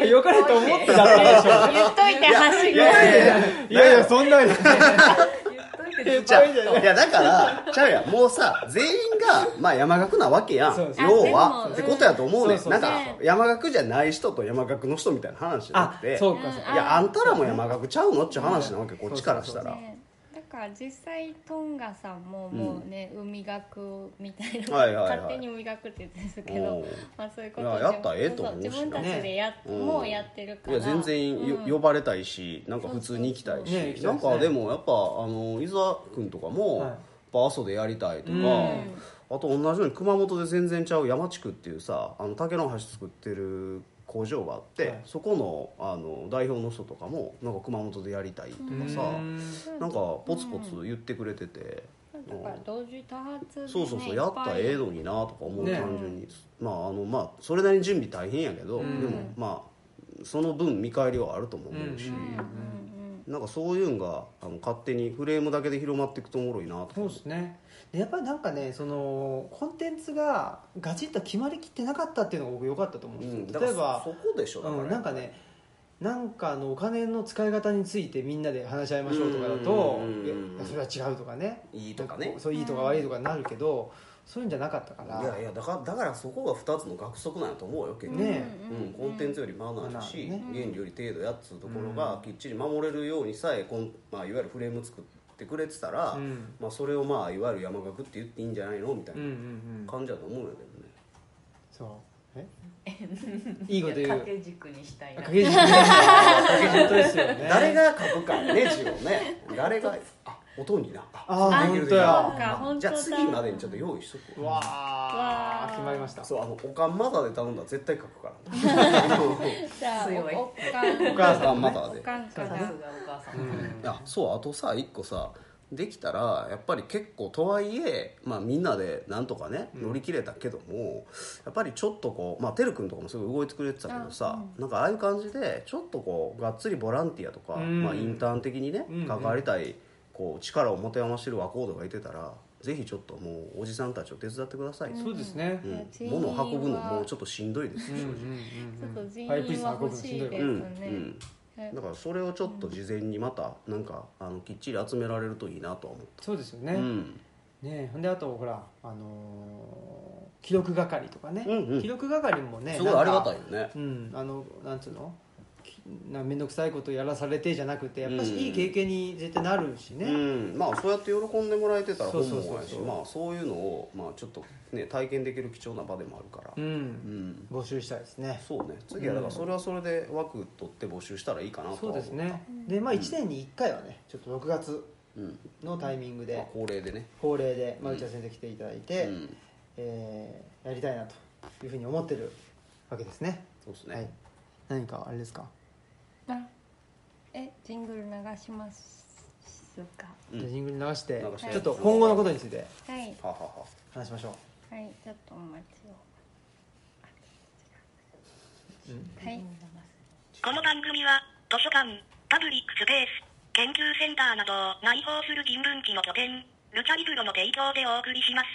あよかれと思ってだったでしょ言っといて走るいやいやいやい やいやそんなん言っといて言っズちじゃゃうあいやだからちゃうやんもうさ全員がまあ山岳なわけやんそうです要あではもってことやと思うねうんんなんかそうそうそう山岳じゃない人と山岳の人みたいな話じゃなあくてそうかそううんかいやあんたらも山岳ちゃうのっちゅう話なわけこっちからしたらねだから実際トンガさんももうね、海学みたいな、はいはいはい勝手に海学って言ってるんですけおどうまあそういうこといやでもやったらええと思うそしなそ自分たちでや、ねもうやってるからいや全然よ、うん呼ばれたいしなんか普通に行きたいそうそうし、そうね行きたないんですねかでもやっぱあの伊沢君とかも、はいやっぱ阿蘇でやりたいとか、うんあと同じように熊本で全然ちゃう山地区っていうさあの竹の橋作ってる工場があって、はいそこのあの代表の人とかもなんか熊本でやりたいとかさ、なんかポツポツ言ってくれてて、だから同時多発で、ね、そうそうそうやったらええのいっになとか思うね単純に、まああのまあそれなりに準備大変やけど、うんでもまあその分見返りはあるとも思うし、うんぱいうんうんなんかそういうのがあの勝手にフレームだけで広まっていくとおもろいなとそうですねでやっぱりなんかねそのコンテンツがガチッと決まりきってなかったっていうのが僕良かったと思うんうですよ、んだか例らえばそこでしょだうん、なんかねなんかあのお金の使い方についてみんなで話し合いましょうとかだとうんうんうんうんいやそれは違うとかねいいとかねそういいとか悪いとかなるけど、そういうんじゃなかったからいやいやだからだからそこが2つの学則なんやと思うよ結う局んねうんコンテンツよりマナーだし、マナー原理より程度やっつうところがきっちり守れるようにさえこん、まあ、いわゆるフレーム作ってくれてたら、うんまあ、それをまあいわゆる山岳って言っていいんじゃないのみたいうんうなんうん感じだと思うんやけどね、そう えいいこと言う掛け軸にしたいな掛け軸掛け軸ですよね 誰が書くかやね字をね誰 があ音になああああ本当できるそうやか本当だじゃあ次までにちょっと用意しとくうわわあわあ決まりましたそうあのおかんまだで頼んだら絶対書くからねじゃあ強いおおかんお母 おかさんんもまねだおでかんかさすがらお母さん、あそうあとさ一個さできたらやっぱり結構とはいえ、まあ、みんなでなんとかね乗り切れたけども、やっぱりちょっとこうまあてるくんとかもすごい動いてくれてたけどさ、なんかああいう感じでちょっとこうがっつりボランティアとか、うんまあ、インターン的にね、うんうん関わりたいこう力を持て余してる若人がいてたらぜひちょっともうおじさんたちを手伝ってください、そうですねういやん全員物を運ぶのはもうちょっとしんどいです、うんうんちょっうとん人員パイプ椅子は運ぶ欲のししいんでどすいねかうらん、ねうんはいだからそれをちょっと事前にまたなんかあのきっちり集められるといいなとは思っそうですよた、ね、うんねほんであとほらあのー記録係とかね、うんうん記録係もねすごいありがたいいよねうんあのなんつうのきな面倒くさいことやらされてじゃなくてやっぱうんしいい経験に絶対なるしね、うんまあそうやって喜んでもらえてたらそう本そう望そうそうやしまあそういうのをまあちょっとね体験できる貴重な場でもあるからうんうん募集したいですねそうね次はだからそれはそれで枠取って募集したらいいかなとそうは思でうすねでまあ1年に1回はねちょっと6月うんのタイミングまあで恒例でね恒例で、まあ、内田先生来ていただいて、うんえーやりたいなというふうに思ってるわけですねそうですはいね何かあれですか、あえジングル流しますかうんじゃあジングル流して流してちょっと今後のことについてはいははは話しましょうはいちょっとお待ちをはいこの番組は図書館、パブリックスペース、研究センターなどを内包する人文地の拠点、ルチャリブロの提供でお送りします。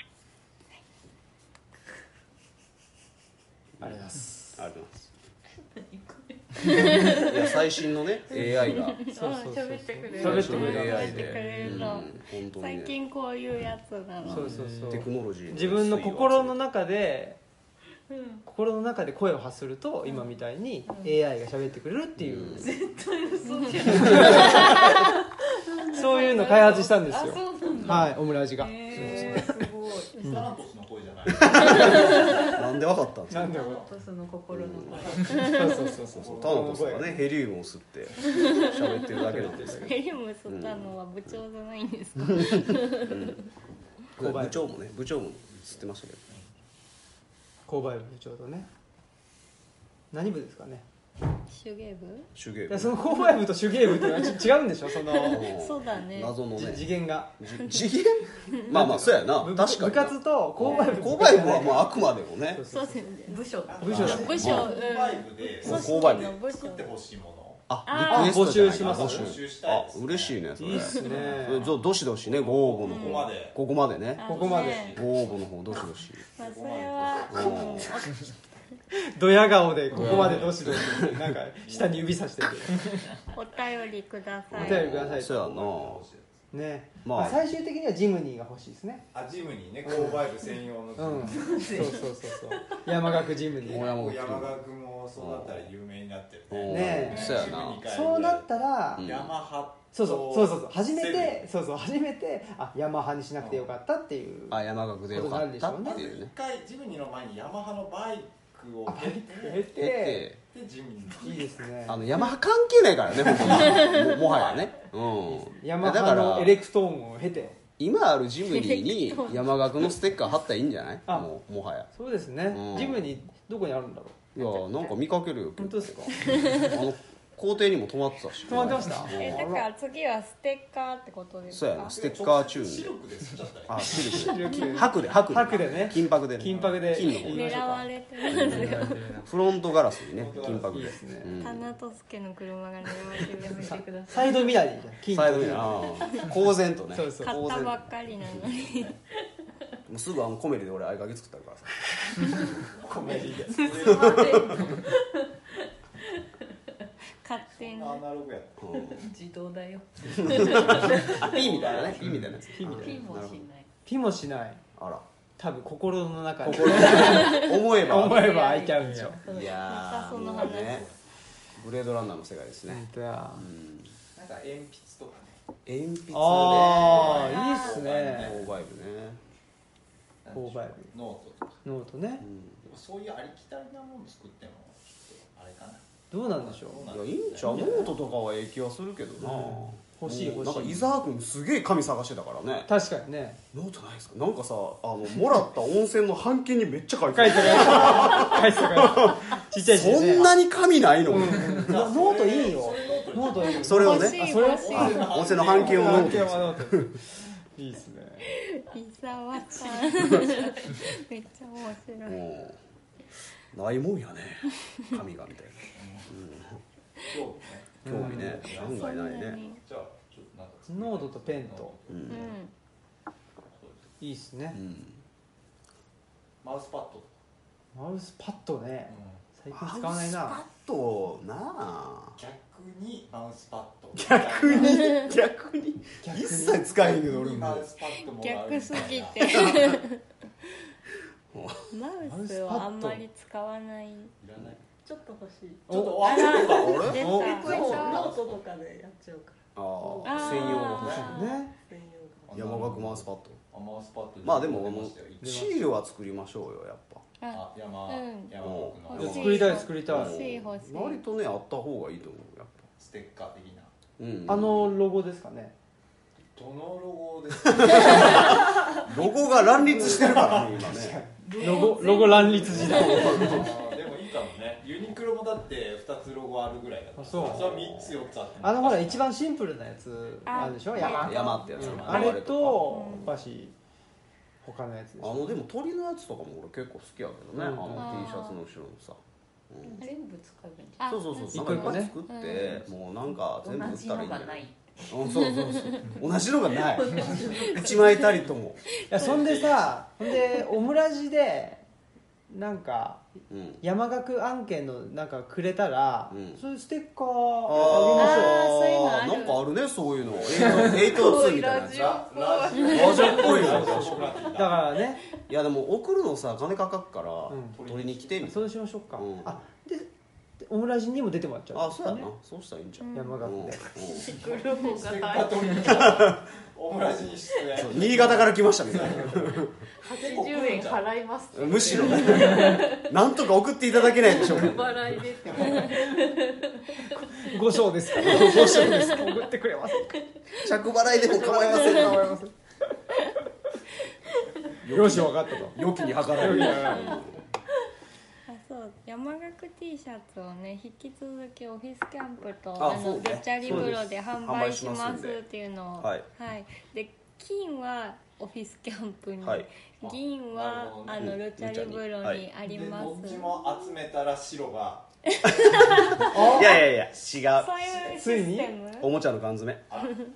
ありがとうございますありがとうございますいや最新のね AI がそうそうそう喋ってくれる喋ってくれる喋 AI ってくれでるうんの本当に最ね近こういうやつなのそうそうそうテクノロジー自分の心の中でうん心の中で声を発すると今みたいに AI が喋ってくれるっていう、そういうの開発したんですよあそうなんだはいオムラジが、へーすごいサラントスの声じゃない。なんでわかったんですかなんだろうとその心の声そうそうそうそそううそうタナトスがねヘリウムを吸って喋ってるだけなんですけ ヘリウム吸ったのは部長じゃないんですかど部長もね部長も吸ってましたけど購買部ちょうどね何部ですかね手芸部手芸いやその購買部と手芸部っていうのはち違うんでしょその部 そうだね謎のね次元がじ次元 まあまあそうやな部確か部に活と購買部購買部はまああくまでもねそうそそううですね部署だ部署部署ライブでうん購買組織部の部署作ってほしいもあ、リクエストじゃないかあ募集します募集したいですねあ、嬉しいね、それ。いいっすねうんじゃあどしどしね、ご応募の方。ここまでここまでね。ここまでねご応募の方、どしどし。まあそれはうんドヤ顔でここまでどしどしなんか下に指さしてるお便りくださおい便りくださいそうやな。ねまあまあ最終的にはジムニーが欲しいですねあジムにね購買部専用のジうムんそうそうそうそう山岳ジムニーもう山川君もそうなったら有名になってるねねそうやな。そうなったら、うんヤマハそうそうそうそうそう初めてそうそう初めてあヤマハにしなくてよかったっていうあ、山岳でよかったそうなっんてでいう一ね。回ジムニーの前にヤマハのバイクを出経ててで、でジムニーいいですねあの山関係な いからね、本当に。ももはやね。うん。ヤマだハかのらエレクトーンを経て今あるジムニーに山岳のステッカー貼ったらいいんじゃない？あもうもはや。そうですね、うんジムニーどこにあるんだろういやなんか見かけるよ。本当ですかあの校庭にも止まってたし。止まってましたえだから次はステッカーってことですかそうやなステッカーチューンでシルクで吸っちゃったりあ、シルク白くで。白で、白で。白でね金箔でね。金箔で金の 方いい狙われてますよフロントガラスにね、金箔いいでで。すね、うん田名と助の車が狙われてるやめてくださサいイドミラーでいいじゃん金サイドミラー。ああ公然とね。そうそう買公った然ばもっかりなのにうすぐあのコメリで俺合鍵作ったからさ。コメディで勝手にアナログやっうん自動だよあ、ピーみたいなね。ピーみたいなやつ。ピーみたいピなンもしないピもしないあら。多分心の中に心の思えば。思えば開いちゃうんでしょいまやたーそのも話うねブレードランナーの世界ですね本当やうんなんか鉛筆とかね鉛筆であ購あいいっすね買部ね購買ノートとかノートねうんでもそういうありきたりなもの作ってもちょっとあれかなどうなんでしょういやいいんちゃうノートとかは影響はするけどな欲しいもう欲しいなんか伊沢君すげえ紙探してたからね確かにねノートないですかなんかさあのもらった温泉の半券にめっちゃ書いて書あいてるる書いてるちっちゃい字そでんねなに紙ないの、うんノノートいいよノートいいよそれを欲ねしいあそれ欲しあ温泉の半券をノートですノートいいっすねい伊沢さん めっちゃ面白いもうないもんやね紙がみたい今日ねな興味ね案外ないねじゃあちょっとなんか作りたいノートとペンとうんう、んいいっすねうんマウスパッドとかマウスパッドねうん最近使わないマウスなパッドなあ逆にマウスパッド逆に逆に逆に一切使えへんけど俺マもウスパッドもらうみたいな逆すぎてマウスはあんまり使わないいらないちょっと欲しいちょっとあらあれあれ出お結構ノたートとかでやっちゃうかあらーあー専用のね専用が山岳マウスパッドあマウスパッドまあでもあ出のしたよシールは作りましょうよやっぱああ山うん山奥のあ欲しのい作りたい作りたい欲しい欲しい割とねあった方がいいと思うやっぱステッカー的なうんあのロゴですかねどのロゴですかロゴが乱立してるからね今ねロゴロゴ乱立時代あーでもいいかもねユニクロもだって二つロゴあるぐらいだからあそうれは三つ四つあってもあのほら一番シンプルなやつあるでしょあ山山ってやつ、うん山あれととお菓子他のやつでしかあょのでも鳥のやつとかも俺結構好きやけどね、うんあのあー T シャツの後ろのさ、うん全部使えばいいんじあそうそうそう一なん個かい一っ個ぱねい作って、もうなんか全部ゃ売ないっ同じたらいいんじのがゃなないいうんそうそうそう同じのがない一枚たりとも、いやそんでさほんでオムラジでなんかうん、山岳案件のなんかくれたら、うんそういうステッカーあーあそういうのあるなんかあるねそう いうの802みたいなやつララジオラジオっぽいラジよオっぽくなってきげましょうだかたらねいやでも送るのさ金かかっから、うん取りに来てみたいそうしましょうか、うんあででオムラジにも出てもらっちゃうなあそうやなそうしたらいいんじゃん、山うん岳うんで、グループステッがカ入ーって取りに来たオムラジに出演そう新潟から来ましたみたい80円払いますなむしろ なんとか送っていただけないでしょう不か払いでってご賞です からご賞ですから送ってくれます着払いでも構いませんかわい ますよし分かったと良きに計らいあそう山岳 T シャツをね引き続きオフィスキャンプとああそのうねルチャリブロで販売し販売しまますんすでっていうのをはいで金はオフィスキャンプに、はい銀はああなのルチャリブロにありでまどっすちも集めたら白がいやいやいや違うそういうシステムおもちゃの缶詰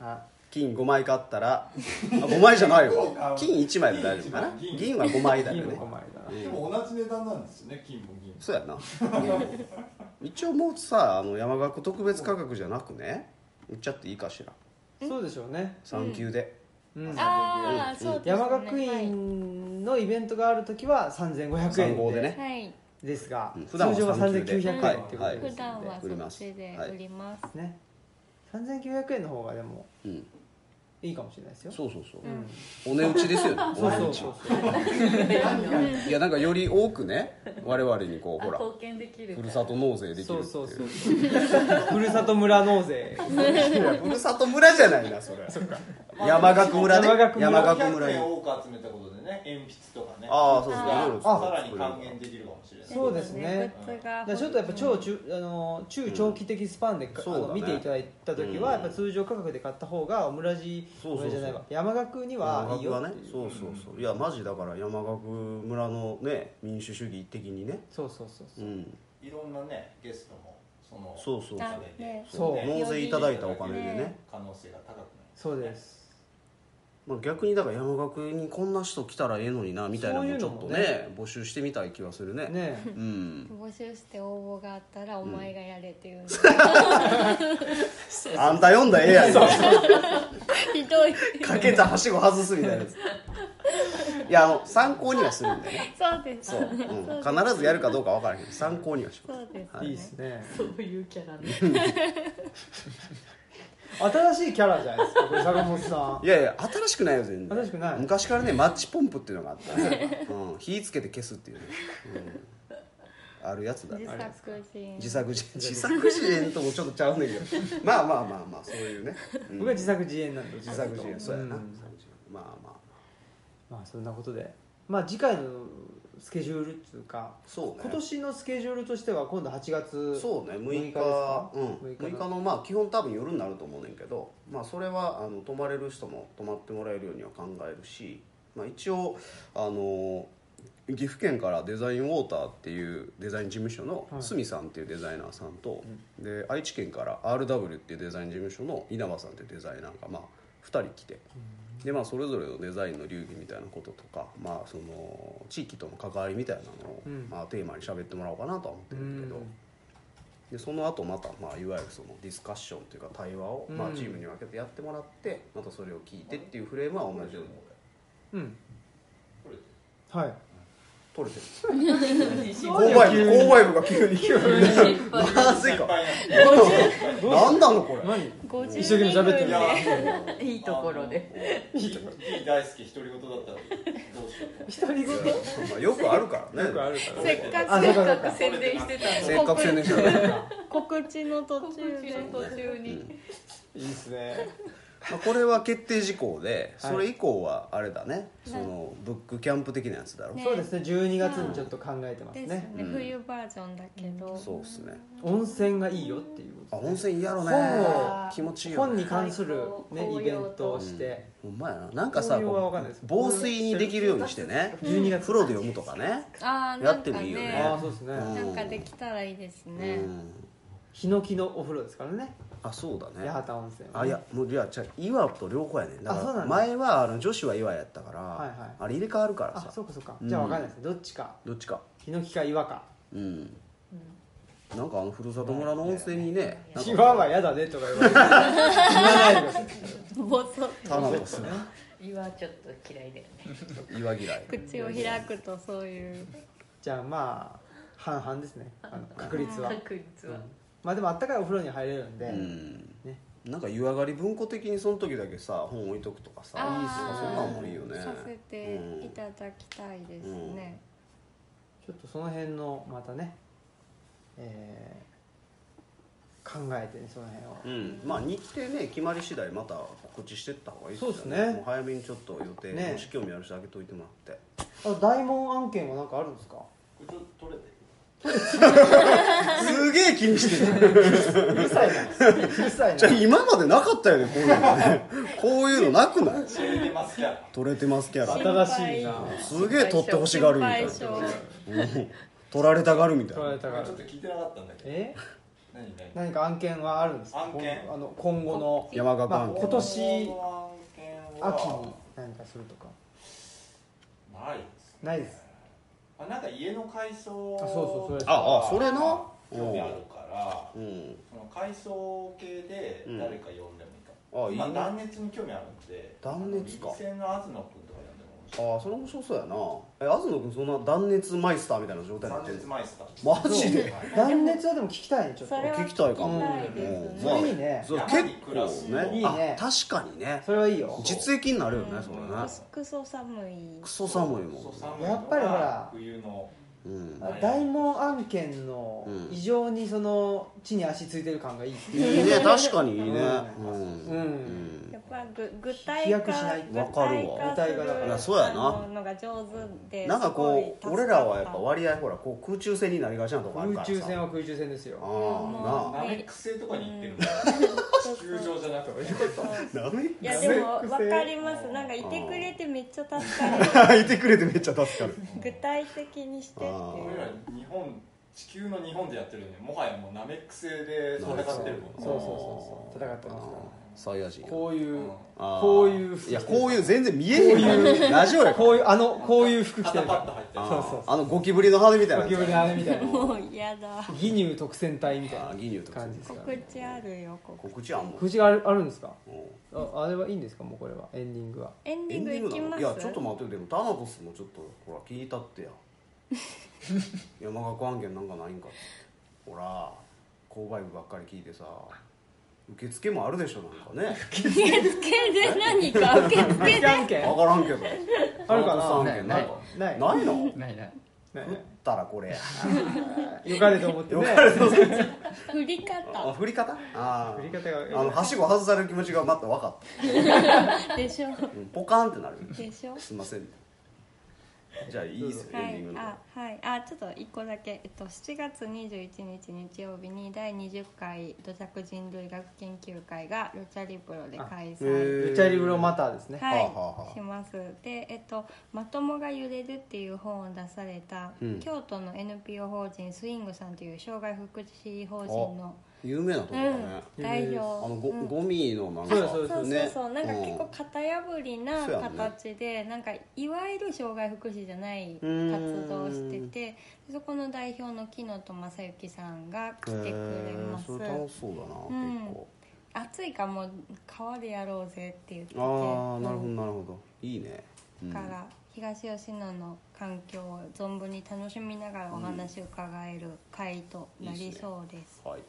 あ金5枚買ったらあ5枚じゃないそうかわ金1枚で大丈夫かな銀銀は5枚だいいよのねか前だなでも同じ値段なんですよね金も銀もそうやな一応もうさあの山岳特別価格じゃなくね売っちゃっていいかしらそうでしょうね、 3級で、うん、ああそうですね山学院のイベントがある時は3500参考円ででねはいですが、うん普通段は常は3900 3900円っはいていうことですので、普段は売りそっますちで売りますね3900円の方がでもうん、いいかもしれないですよそうそうそう、んお値打ちですよねそうそうそうお値打ちいやなんかより多くね我々にこうあほら貢献できふるからるさと納税できるっていそうそうそうふるさと村納税 いやふるさと村じゃないなそれ山岳村ね山岳村山岳村400に円多く集めたことでね鉛筆とかねああそうそうがいろいろさ作られにる還元できるかもしれないそうですねグッズがだからちょっとやっぱ超中あの中長期的スパンで、あそうだのね見ていただいた時うんは、やっぱ通常価格で買った方がオムラジそうオそうそうムラジじゃないわ山岳にはいいよはっねていうそうそうそういやマジだから山岳村のね民主主義的にねそうそうそううそうんいろんなねゲストもそのそうそうそうあねそうね納税いただいたお金でねね、可能性が高くなるそうですまあ、逆にだから山岳にこんな人来たらええのになみたいなのもちょっとねそう募集してみたい気はするねねうん募集して応募があったらお前がやれっていうんであんた読んだらええやん ひどいかけたはしご外すみたいなやついやあの参考にはするんだよねそうです そう、うん、そう必ずやるかどうか分からへんけど参考にはしまそうですはいいいですねそういうキャラね新しいキャラじゃないですかこれ坂本さんすいやいや新しくないよ全然新しくない昔からねマッチポンプっていうのがあったね、うん、火つけて消すっていうね、うん、あるやつだね自作人自作自演自作自演ともちょっとちゃうんだけどまあまあまあまあそういうね、う ん僕は自作自演なんで自作自演そうやな、ん自作自演まあまあまあそんなことでまあ次回のスケジュールっていうかそうね今年のスケジュールとしては今度8月そうね6です6日かうん、 6 6, 日日のまあ基本多分夜になると思うねんけど、まあ、それはあの泊まれる人も泊まってもらえるようには考えるし、まあ、一応あの岐阜県からデザインウォーターっていうデザイン事務所のはい鷲見さんっていうデザイナーさんと、で愛知県から RW っていうデザイン事務所の稲葉さんっていうデザイナーが、まあ、2人来て。でまあ、それぞれのデザインの流儀みたいなこととか、まあ、その地域との関わりみたいなのを、うんまあ、テーマに喋ってもらおうかなとは思ってるんだけど、うんでその後また、まあ、いわゆるそのディスカッションというか対話を、うんまあ、チームに分けてやってもらってまたそれを聞いてっていうフレームは同じようにうんこれはい取れてるう購買部購買部が急に 急にまずい先か輩なんで何 なのこれ何50一生懸命喋っているや いいところでいい大好き独り言だったらどうしよう一人ごとよまあよくあるからねくあるからせっあかくそせうっかそうかかく宣伝してたのせっかく宣伝し たのに告知の途中で途中にいいっすねまあこれは決定事項ではいそれ以降はあれだねそのブックキャンプ的なやつだろねそうですね12月にちょっと考えてますですねね、うん冬バージョンだけど、そうっすね温泉がいいよっていうあこと温泉いいやろね本を気持ちいいよ本ねに関するねイ紅ベ葉ントをしてほんまやななんかさ紅葉はわかんないです防水にできるようにしてね12月風呂で読むとかねああなやっんかてもいいよねあねあそうですねうんなんかできたらいいですうね、んヒノキのお風呂ですからねあそうだね八幡温泉あいやもういやじゃあ岩と両方やねんだかあそうならんだ前はあの女子は岩やったから、いはいあれ入れ替わるからあさそうかそうかうんじゃあわかんないですねどっちかどっちかヒノキか岩かうん、なんかあのふるさと村の温泉にねなんか岩は嫌だねとか言われて言わないでくださいボソッ田辺ですね岩ちょっと嫌いだよね岩嫌い口を開くとそういう じゃあまあ半々ですねあの確率 は確率はまあでもあったかいお風呂に入れるんで、うんねなんか湯上がり文庫的にその時だけさ本置いとくとかさあーいいっすねそんなんもいいよねさせていただきたいですね、ちょっとその辺のまたね、えー考えてねその辺をう、ん、まあ日程ね決まり次第また告知してった方がいいそうっすねもう早めにちょっと予定、ねもし興味ある人開けといてもらってあ大門案件は何かあるんですかこれちょっと取れてすげえ気にしてるうるさいなうるさいじゃあな今までなかったよねこういうのねこういうのなくない知れてますキャラ取れてますキャラ新しいなすげえ取ってほしがるみたいな心配性うん取られたがるみたい取らなれたがちょっと聞いてなかったんだけど。え何何何か案件はあるんですか案件こんあの今後の山岳まあ案件今年この案秋件はに何かするとかないです。ないですあなんか家の改装あそうそうそれああそれな興味あるから、うんその改装系で誰か呼んでうもんあいいいいかねも。今断熱に興味あるんで。断熱かあの右線の東野君とか呼んでも面白いああそれ面白そうやなえ東野君そんな断熱マイスターみたいな状態になっ断てる熱マイスター。マジではい断熱はでも聞きたいねちょっとそれは聞きたいかも聞きたいですそうんれいいねそう山結に暮らす構ねいいねあ確かにねそれはいいよ実益になるよねそれうんねクソクソ寒いクソ寒いもんそう寒いのがやっぱりほら冬のうんあ大門案件のうん異常にその地に足ついてる感がいいっていいいうね確かにいいねうううんんうんやっぱ具具飛体化躍しない具体わかるわ具体化だからするそうやなあののが上手でなんかこすうごい助俺からはやっぱ割合ほらこう空中戦になりがちなとこあるか空らさ中戦は空中戦ですよあもナメック星とかに行ってるんだよそう球場じゃなくてあなダメいやでも分かりますなんかいてくれてめっちゃ助かる いてくれてめっちゃ助かる具体的にしてっていあー俺うら日本地球の日本でやってるのにもはやもうナメック星で戦ってるもんそうそうそうそう戦ってますからサイヤ人こういううんあーこういう服いやこういう全然見えへんからラジオやからこういうあのこういう服着てるパタパッと入ってそるうそうそうあのゴキブリの羽みたいなゴキブリのあれみたいなもう嫌だ義乳特選隊みたいなあ義乳特選隊感じですから告知あるよここ告知あんもん口があるあるんですかうんああれはいいんですかもうこれはエンディングはエンディングいきますいやちょっと待ってよでもタナトスもちょっとほら聞いたってや山岳案件なんかないんかってほら購買部ばっかり聞いてさ受付もあるでしょなんかね受付で何か 受付受で付案件分からんけどあるかなタナトス案件なんかないなないのないなないい振ったらこれよかれと思ってよねかれ と振りあ方振り方あ振りー方があのはしご外される気持ちがまた分かっでしょた、うん、ポカーンってなるでしょすいませんじゃあいいですよはエンディいング、のあ、はい、あ、ちょっと一個だけ、えっと、7月21日日曜日に第20回土着人類学研究会がロチャリブロで開あへ催。ルチャリブロマターですねはい、はあはあはあしますで、えっと「まともが揺れる」っていう本を出された、うん京都の NPO 法人スイングさんという障害福祉法人の、有名なとこうだね、ん、代表、あのゴ,、うんゴミのなんかそうですそうですそうそうそう、なんか結構う型破りなそうやね形で、なんかいわゆる障害福祉じゃない活動をしててそこの代表の木野と正幸さんが来てくれますへーそれ楽しそうだな、うん結構暑いからもう川でやろうぜって言っててああなるほどなるほどいいね、うんだから東吉野の環境を存分に楽しみながらお話を伺える会となりそうです、はい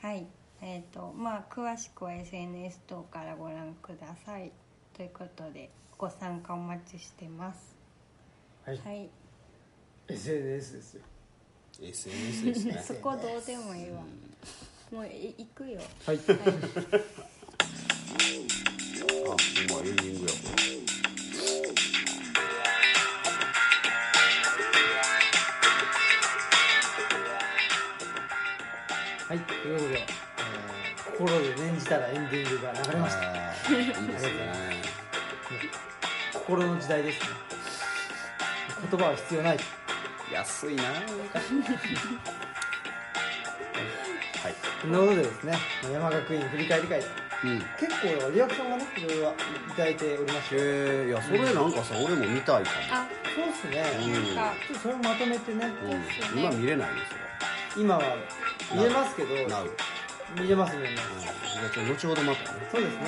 はいえっ、とまあ詳しくは SNS 等からご覧くださいということでご参加お待ちしてますはいはい SNS ですよ SNS ですね そこどうでもいいわもうい行くよはいあ今エンディングやこれはいということでえー心で念じたらエンディングが流れましたあーいいですね心の時代ですね言葉は必要ない安いなはいということでですね山学院振り返り会でうん結構リアクションがねいろいろいただいておりましてえー、いやそれなんかさ、俺も見たいかあそうっすねなんかちょっとそれをまとめてねも、うんですね今見れないの今は見れますけどそれなう、うん、見れます見れますじゃあちょっと後ほどまたねそうですね、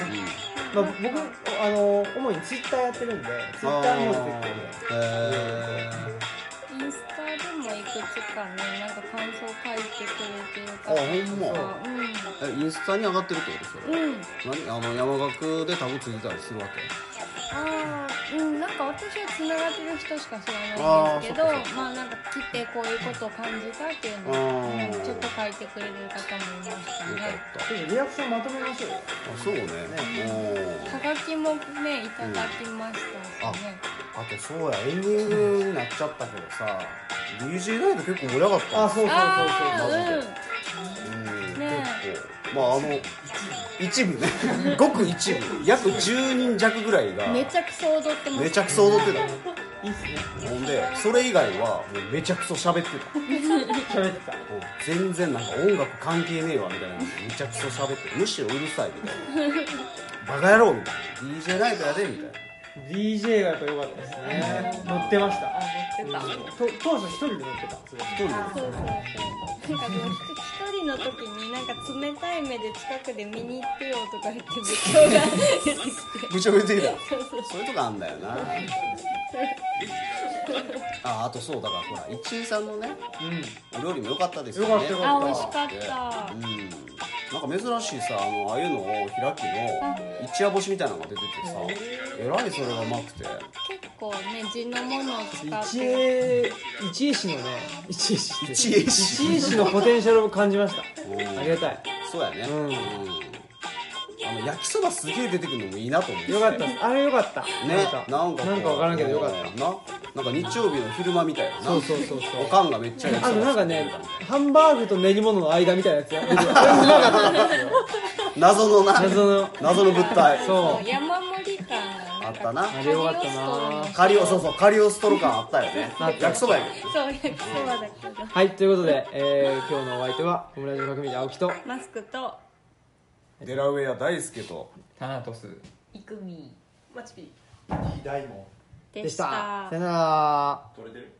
うまあ、僕あの主にツイッターやってるんでツイんッターにも出てきてるんであーえーインスタでもいくつかねなんか感想書いてくれてるあ、方ほんまとかうんえインスタに上がってるってことそれ、うん何あの山岳でタグついてたりするわけああうんなんか私はつながってる人しか知らないんですけどあーそっかそっかまあなんか来てこういうことを感じたっていうのあを、うーんちょっと書いてくれる方もいましたよかっねたちょっとリアクションまとめましょうよあそうねおーはがきもねいただきましたしね、あとそうやエンディングになっちゃったけどさ DJ ナイト結構盛り上がったあそうそうあそうそうあうんね結構まああの一部ね ごく一部約10人弱ぐらいがうんめちゃくそ踊ってまめしちゃたくそ踊ってたいいっすねほんでそれ以外はもうめちゃくそ喋ってた喋ってたもう全然なんか音楽関係ねえわみたいなめちゃくちゃ喋ってるむしろうるさいみたいなバカ野郎みたいな DJ ライブやでみたいな DJ がやっぱ良かったですね乗ってました言ってた、と当初一人で乗ってたそれ一人でそうそうそうなんかもう一人の時になんか冷たい目で近くで見に行ってよとか言って部長が言ってきて部長言ってきたそういうとこあんだよなああとそうだからほら一井さんのねお料理も良かったですよね良かった良かあ美味しかったうんなんか珍しいさあのああいうのを開きの一夜干しみたいなのが出ててさえらいそれがうまくて結構ね地のものを使っ一て栄一栄市のね一栄市って一栄市一栄市のポテンシャルを感じましたうんありがたいそうやねうんうんあの焼きそばすげえ出てくるのもいいなと思ってよかったですあれよかったねなんかななんかんか分からんけどよかっったななんか日曜日の昼間みたいなたそうそうそうそうおかんがめっちゃやあとなんかねハンバーグと練り物の間みたいな やつや出てたあれうまかったですよ謎のな謎の謎の物体そ山盛り感があなっんたかなあれよかったなカリオそうそうカリオストロ感あったよねあった焼きそばやけどそう焼きそばだけどはいということで、えー今日のお相手はオムライスの革命児青木とマスクとデラウェア大輔とタナトスイクミ議題もででししたたさよなら取れてる